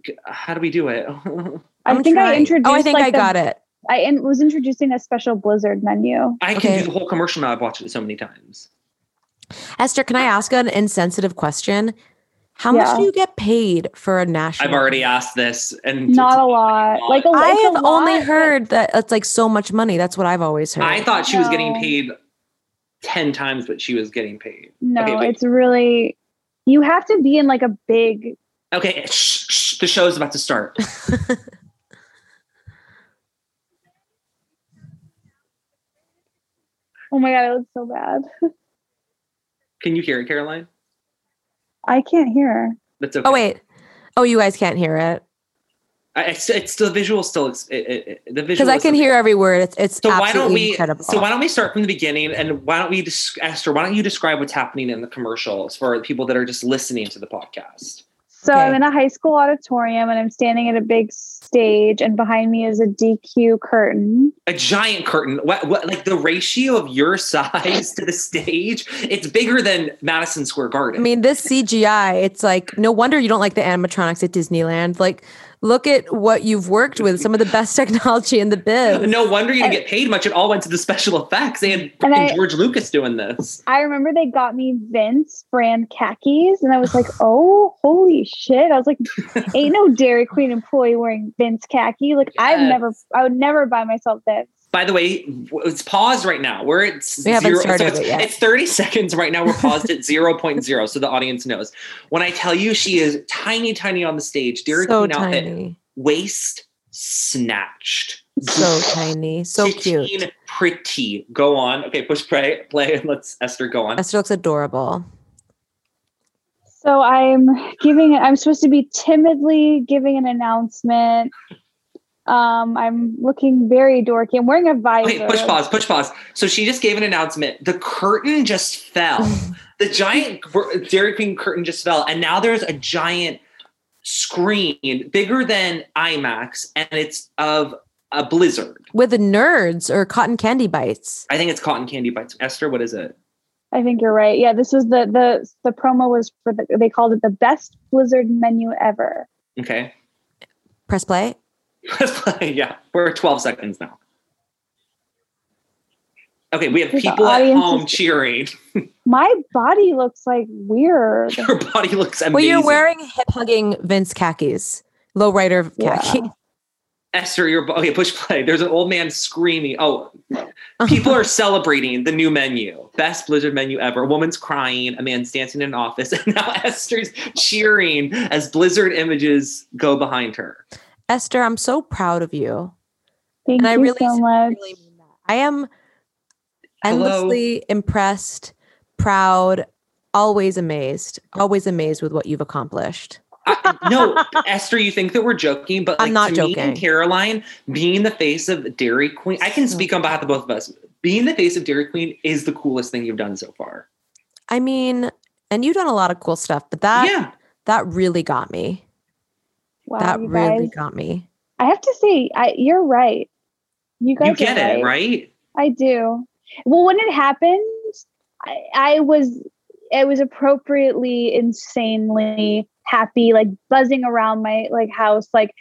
S4: G- How do we do it?
S3: I
S2: I'm
S3: think I
S2: trying.
S3: introduced.
S2: Oh, I think
S3: like,
S2: I
S3: the-
S2: got it.
S3: I in, was introducing a special Blizzard menu.
S4: I can
S2: Okay.
S4: do the whole commercial now. I've watched it so many times.
S2: Esther, can I ask an insensitive question? How much
S3: Yeah.
S2: do you get paid for a national?
S4: I've already asked this, and
S3: Not a lot. Like a,
S2: I
S3: it's a
S2: have only
S3: lot, but
S2: heard that it's like so much money. That's what I've always heard.
S4: I thought she was getting
S3: No.
S4: paid ten times what she was getting paid.
S3: No,
S4: Okay, wait.
S3: it's really. You have to be in like a big.
S4: Okay, shh, shh, the show's about to start.
S3: Oh my god, it looks so bad.
S4: Can you hear it, Caroline?
S3: I can't hear.
S4: That's okay.
S2: oh wait. Oh, you guys can't hear it
S4: I, it's, it's the visual still. It's, it, it, it- the visual.
S2: because I
S4: is
S2: can
S4: okay.
S2: hear every word. It's it's
S4: So why
S2: absolutely
S4: don't we?
S2: incredible.
S4: So why don't we start from the beginning? And why don't we, desc- Esther? Why don't you describe what's happening in the commercials for people that are just listening to the podcast?
S3: So I'm
S2: Okay.
S3: in a high school auditorium and I'm standing at a big stage, and behind me is a DQ curtain.
S4: A giant curtain. What, what? Like the ratio of your size to the stage? It's bigger than Madison Square
S2: I
S4: Garden.
S2: mean, this CGI. It's like no wonder you don't like the animatronics at Disneyland. Like, look at what you've worked with. Some of the best technology in the biz.
S4: no wonder you didn't get paid much. It all went to the special effects. They had
S3: And
S4: freaking
S3: I-
S4: George Lucas doing this.
S3: I remember they got me Vince brand khakis, and I was like, "Oh, holy shit!" I was like, "Ain't no Dairy Queen employee wearing Vince khaki." Like I've
S4: Yes.
S3: never, I would never buy myself Vince.
S4: By the way, w- it's paused right now. We're at s-
S2: We haven't
S4: zero.
S2: started
S4: it's,
S2: it yet.
S4: it's 30 seconds right now. We're paused at 0.0, so the audience knows. When I tell you she is tiny, tiny on the stage, Dairy
S2: so
S4: Queen outfit,
S2: tiny,
S4: waist snatched.
S2: so tiny, so cute.
S4: Sixteen, Pretty. Go on. Okay, push play, play, and let's Esther go on.
S2: Esther looks adorable.
S3: So I'm giving. I'm supposed to be timidly giving an announcement. Um, I'm looking very dorky. I'm wearing a visor.
S4: Okay, push pause, push pause. So she just gave an announcement. The curtain just fell. the giant gr- Dairy Queen curtain just fell, and now there's a giant screen bigger than IMAX, and it's of a blizzard.
S2: with the nerds or cotton candy bites.
S4: I think it's cotton candy bites. Esther, what is it?
S3: I think you're right. Yeah, this was the the the promo was for the. They called it the best Blizzard menu ever.
S4: Okay,
S2: Press play.
S4: let's play. Yeah, we're at 12 seconds now. Okay, we have
S3: The
S4: people at
S3: audience
S4: home
S3: is-
S4: cheering.
S3: My body looks like weird.
S4: Your body looks amazing.
S2: Well, you're wearing hip hugging Vince khakis, low rider
S3: Yeah.
S2: khaki.
S4: Esther, you're okay. Push play. There's an old man screaming. Oh, people are celebrating the new menu, best Blizzard menu ever. A woman's crying. A man's dancing in an office, and now Esther's cheering as Blizzard images go behind her.
S2: Esther, I'm so proud of you.
S3: Thank
S2: and I
S3: you
S2: really
S3: so much.
S2: sincerely mean that. I am
S4: Hello.
S2: endlessly impressed, proud, always amazed, always amazed with what you've accomplished.
S4: I, no, Esther, you think that we're joking, but like,
S2: I'm not
S4: to Me
S2: joking.
S4: and Caroline being the face of Dairy Queen, I can
S2: So
S4: speak on behalf of both of us. Being the face of Dairy Queen is the coolest thing you've done so far.
S2: I mean, and you've done a lot of cool stuff, but that
S4: yeah,
S2: that really got me.
S3: Wow,
S2: that
S3: you
S2: really
S3: guys.
S2: got me.
S3: I have to say, I, you're right. You guys
S4: you get
S3: are
S4: it, right?
S3: I do. Well, when it happened, I, I was I was appropriately insanely happy, like buzzing around my like house. Like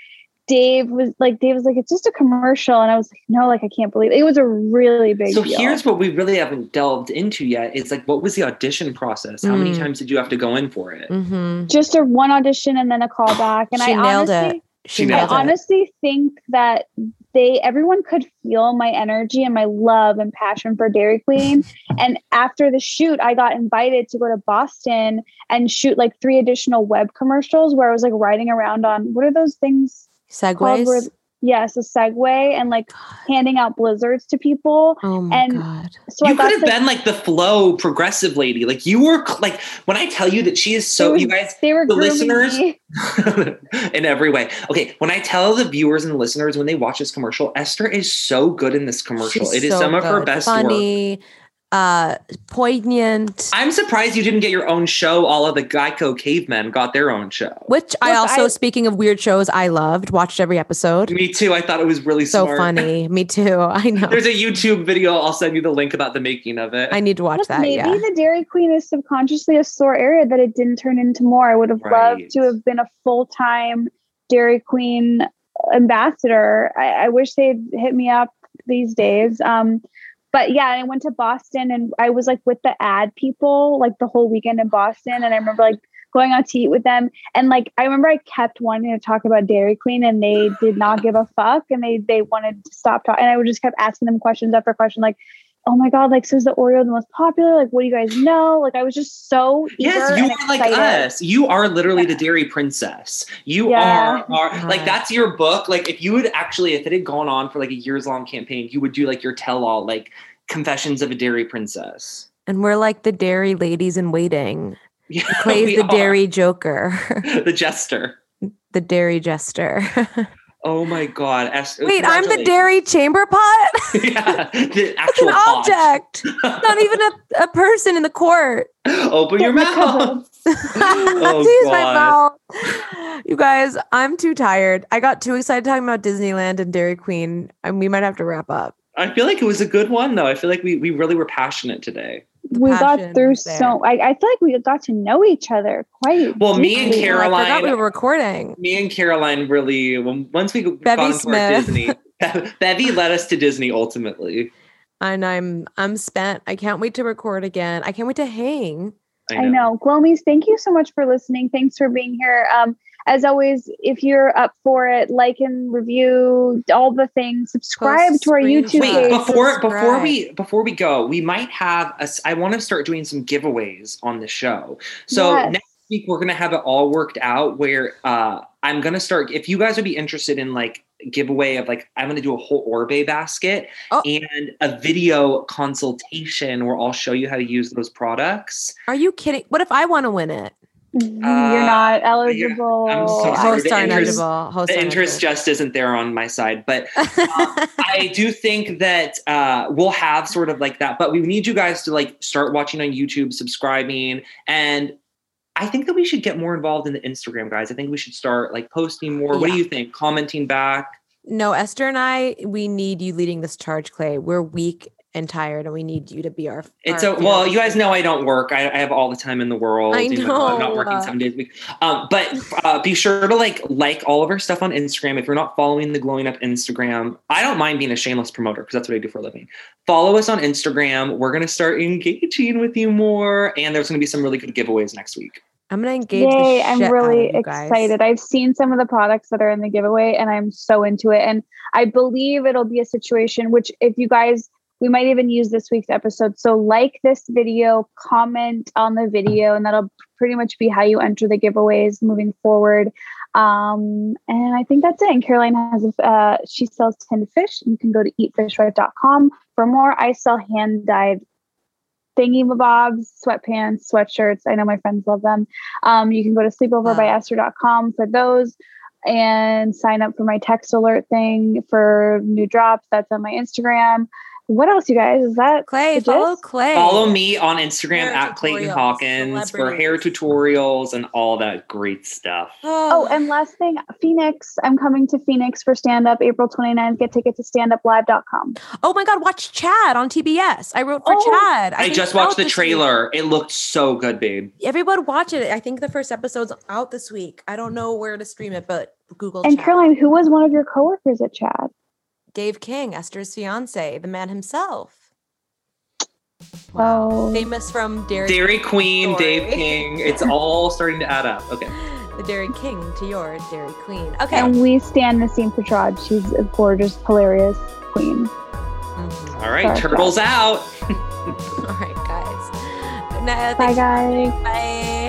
S3: Dave was like Dave was like, it's just a commercial. And I was like, no, like I can't believe it, It was a really big
S4: so
S3: deal.
S4: here's what we really haven't delved into yet. It's like, what was the audition process? How many
S2: Mm.
S4: times did you have to go in for
S3: Uh,
S4: it?
S2: hmm
S3: just a one audition and then a callback. And
S2: She
S3: I
S2: nailed it.
S3: honestly
S4: She
S3: I
S4: nailed it.
S3: honestly think that they everyone could feel my energy and my love and passion for Dairy Queen. and after the shoot, I got invited to go to Boston and shoot like three additional web commercials where I was like riding around on what are those things? called where-
S2: Segways.
S3: Yes, a Segway and like handing out blizzards to people.
S2: Oh my
S3: and-
S2: god.
S3: So I
S4: you
S3: got
S4: could have
S3: the-
S4: been like the flow progressive lady. Like you were cl- like when I tell you that she is
S3: they
S4: so
S3: were-
S4: you guys
S3: they were
S4: the
S3: grooming
S4: listeners-
S3: me.
S4: in every way. Okay, when I tell the viewers and listeners when they watch this commercial, Esther is so good in this commercial.
S2: She's
S4: it is
S2: so
S4: some of her
S2: good.
S4: best work.
S2: Funny, uh, poignant.
S4: I'm surprised you didn't get your own show. All of the Geico cavemen got their own show.
S2: which I
S3: Look,
S2: also,
S3: I-
S2: speaking of weird shows, I loved, watched every episode.
S4: Me too. I thought it was really
S2: So
S4: smart.
S2: funny. Me too. I know.
S4: There's a YouTube video. I'll send you the link about the making of it.
S2: I need to watch
S3: Look,
S2: that.
S3: Maybe
S2: yeah.
S3: the Dairy Queen is subconsciously a sore area that it didn't turn into more. I would have
S4: Right.
S3: loved to have been a full time Dairy Queen ambassador. I, I wish they'd hit me up these days. Um, but yeah, I went to Boston and I was like with the ad people like the whole weekend in Boston. And I remember like going out to eat with them. And like I remember I kept wanting to talk about Dairy Queen and they did not give a fuck and they they wanted to stop talking. And I would just kept asking them questions after question, like, oh my God, like so is the Oreo the most popular? Like, what do you guys know? Like I was just so eager
S4: Yes, you
S3: and
S4: are like
S3: excited.
S4: us. You are literally the dairy princess. You
S3: Yeah.
S4: are, are like
S2: Oh God.
S4: that's your book. Like if you would actually, if it had gone on for like a years long campaign, you would do like your tell all, like confessions of a dairy princess.
S2: And we're like the dairy ladies in waiting.
S4: Yeah, we
S2: Plays the
S4: are.
S2: dairy joker,
S4: the jester.
S2: the dairy jester.
S4: Oh my god! Esther,
S2: Wait, I'm the
S4: congratulations.
S2: dairy chamber pot?
S4: yeah, the
S2: That's
S4: actual
S2: an
S4: pot.
S2: object. Not even a, a person in the court.
S4: Open your
S3: Get in the
S4: mouth. Oh,
S2: Jeez, my
S4: God.
S2: mouth. You guys, I'm too tired. I got too excited talking about Disneyland and Dairy Queen. And we might have to wrap up.
S4: I feel like it was a good one though. I feel like we we really were passionate today.
S3: We
S2: passion
S3: got through
S2: was
S3: so I, I feel like we got to know each other quite
S4: Well, me and
S3: deeply.
S4: Carol-
S2: I forgot
S4: Caroline-
S2: we were recording.
S4: me and Caroline really when, once we got
S2: Bevy
S4: into our
S2: Smith.
S4: Disney, Be- Bevy led us to Disney ultimately.
S2: and I'm I'm spent. I can't wait to record again. I can't wait to hang.
S3: I know. Glomies, thank you so much for listening. Thanks for being here. Um, as always, if you're up for it, like and review all the things. Subscribe to our
S2: screenshots.
S3: YouTube
S4: Wait,
S3: page.
S2: Please
S4: before before
S2: subscribe.
S4: we before we go, we might have a. s- I want to start doing some giveaways on the show. So
S3: Yes.
S4: next week we're gonna have it all worked out. Where uh, I'm gonna start. If you guys would be interested in like giveaway of like, I'm gonna do a whole Orbe basket
S2: Oh.
S4: and a video consultation where I'll show you how to use those products.
S2: Are you kidding? What if I want to win it?
S3: Mhm, you're not eligible.
S4: uh, I'm so
S2: Oh,
S4: sorry,
S2: hosts
S4: the
S2: are
S4: interest-
S2: ineligible. Hosts
S4: The
S2: are
S4: interest just isn't there on my side, but I do think that uh, we'll have sort of like that, but we need you guys to like start watching on YouTube, subscribing, and I think that we should get more involved in the Instagram, guys. I think we should start like posting more. What do
S2: Yeah.
S4: you think? Commenting back.
S2: no, Esther and I, we need you leading this charge, Clay. We're weak and tired, and we need you to be our.
S4: It's
S2: our
S4: a well,
S2: fearless
S4: you guys
S2: leader.
S4: know I don't work. I, I have all the time in the world.
S2: I
S4: You know, I'm not
S2: know.
S4: working seven days a week. Um, but uh, be sure to like like all of our stuff on Instagram. If you're not following the Glowing Up Instagram, I don't mind being a shameless promoter because that's what I do for a living. Follow us on Instagram. We're gonna start engaging with you more, and there's gonna be some really good giveaways next week.
S2: I'm gonna engage.
S3: Yay,
S2: Yay,
S3: I'm really
S2: Guys.
S3: excited. I've seen some of the products that are in the giveaway and I'm so into it. And I believe it'll be a situation which, if you guys, we might even use this week's episode. So, like this video, comment on the video, and that'll pretty much be how you enter the giveaways moving forward. Um, and I think that's it. And Caroline has, a uh, she sells tinned fish. You can go to eatfishright.com for more. I sell hand dyed thingy bobs, sweatpants, sweatshirts. I know my friends love them. Um, you can go to sleepoverbyester.com for those and sign up for my text alert thing for new drops. That's on my Instagram. What else, you guys? Is that
S2: Clay,
S3: It
S2: follow
S3: is?
S2: Clay.
S4: Follow me on Instagram
S2: Hair
S4: at Clayton
S2: tutorials,
S4: Hawkins for hair tutorials and all that great stuff.
S3: Oh, and last thing, Phoenix. I'm coming to Phoenix for stand up April 29th. Get tickets to standuplive.com.
S2: oh my God, watch Chad on TBS. I wrote for
S3: Oh.
S2: Chad.
S4: I
S2: think
S4: just
S2: it's out
S4: watched the
S2: this week.
S4: trailer. It looked so good, babe.
S2: Everyone watch it. I think the first episode's out this week. I don't know where to stream it, but Google
S3: And
S2: Chad.
S3: Caroline, who was one of your coworkers at Chad?
S2: Dave King, Esther's fiance, the man himself.
S3: Oh.
S2: Famous from Dairy,
S4: Dairy Queen,
S2: Sorry.
S4: Dave King. It's all starting to add up. Okay.
S2: the Dairy King to your Dairy Queen. Okay.
S3: And we stand Nassim Petrad. She's a gorgeous, hilarious queen.
S2: Mhm.
S4: All right.
S3: Sorry.
S4: Turtles out.
S2: All right, guys. Good night. Thanks for
S3: Bye, guys.
S2: listening. Bye.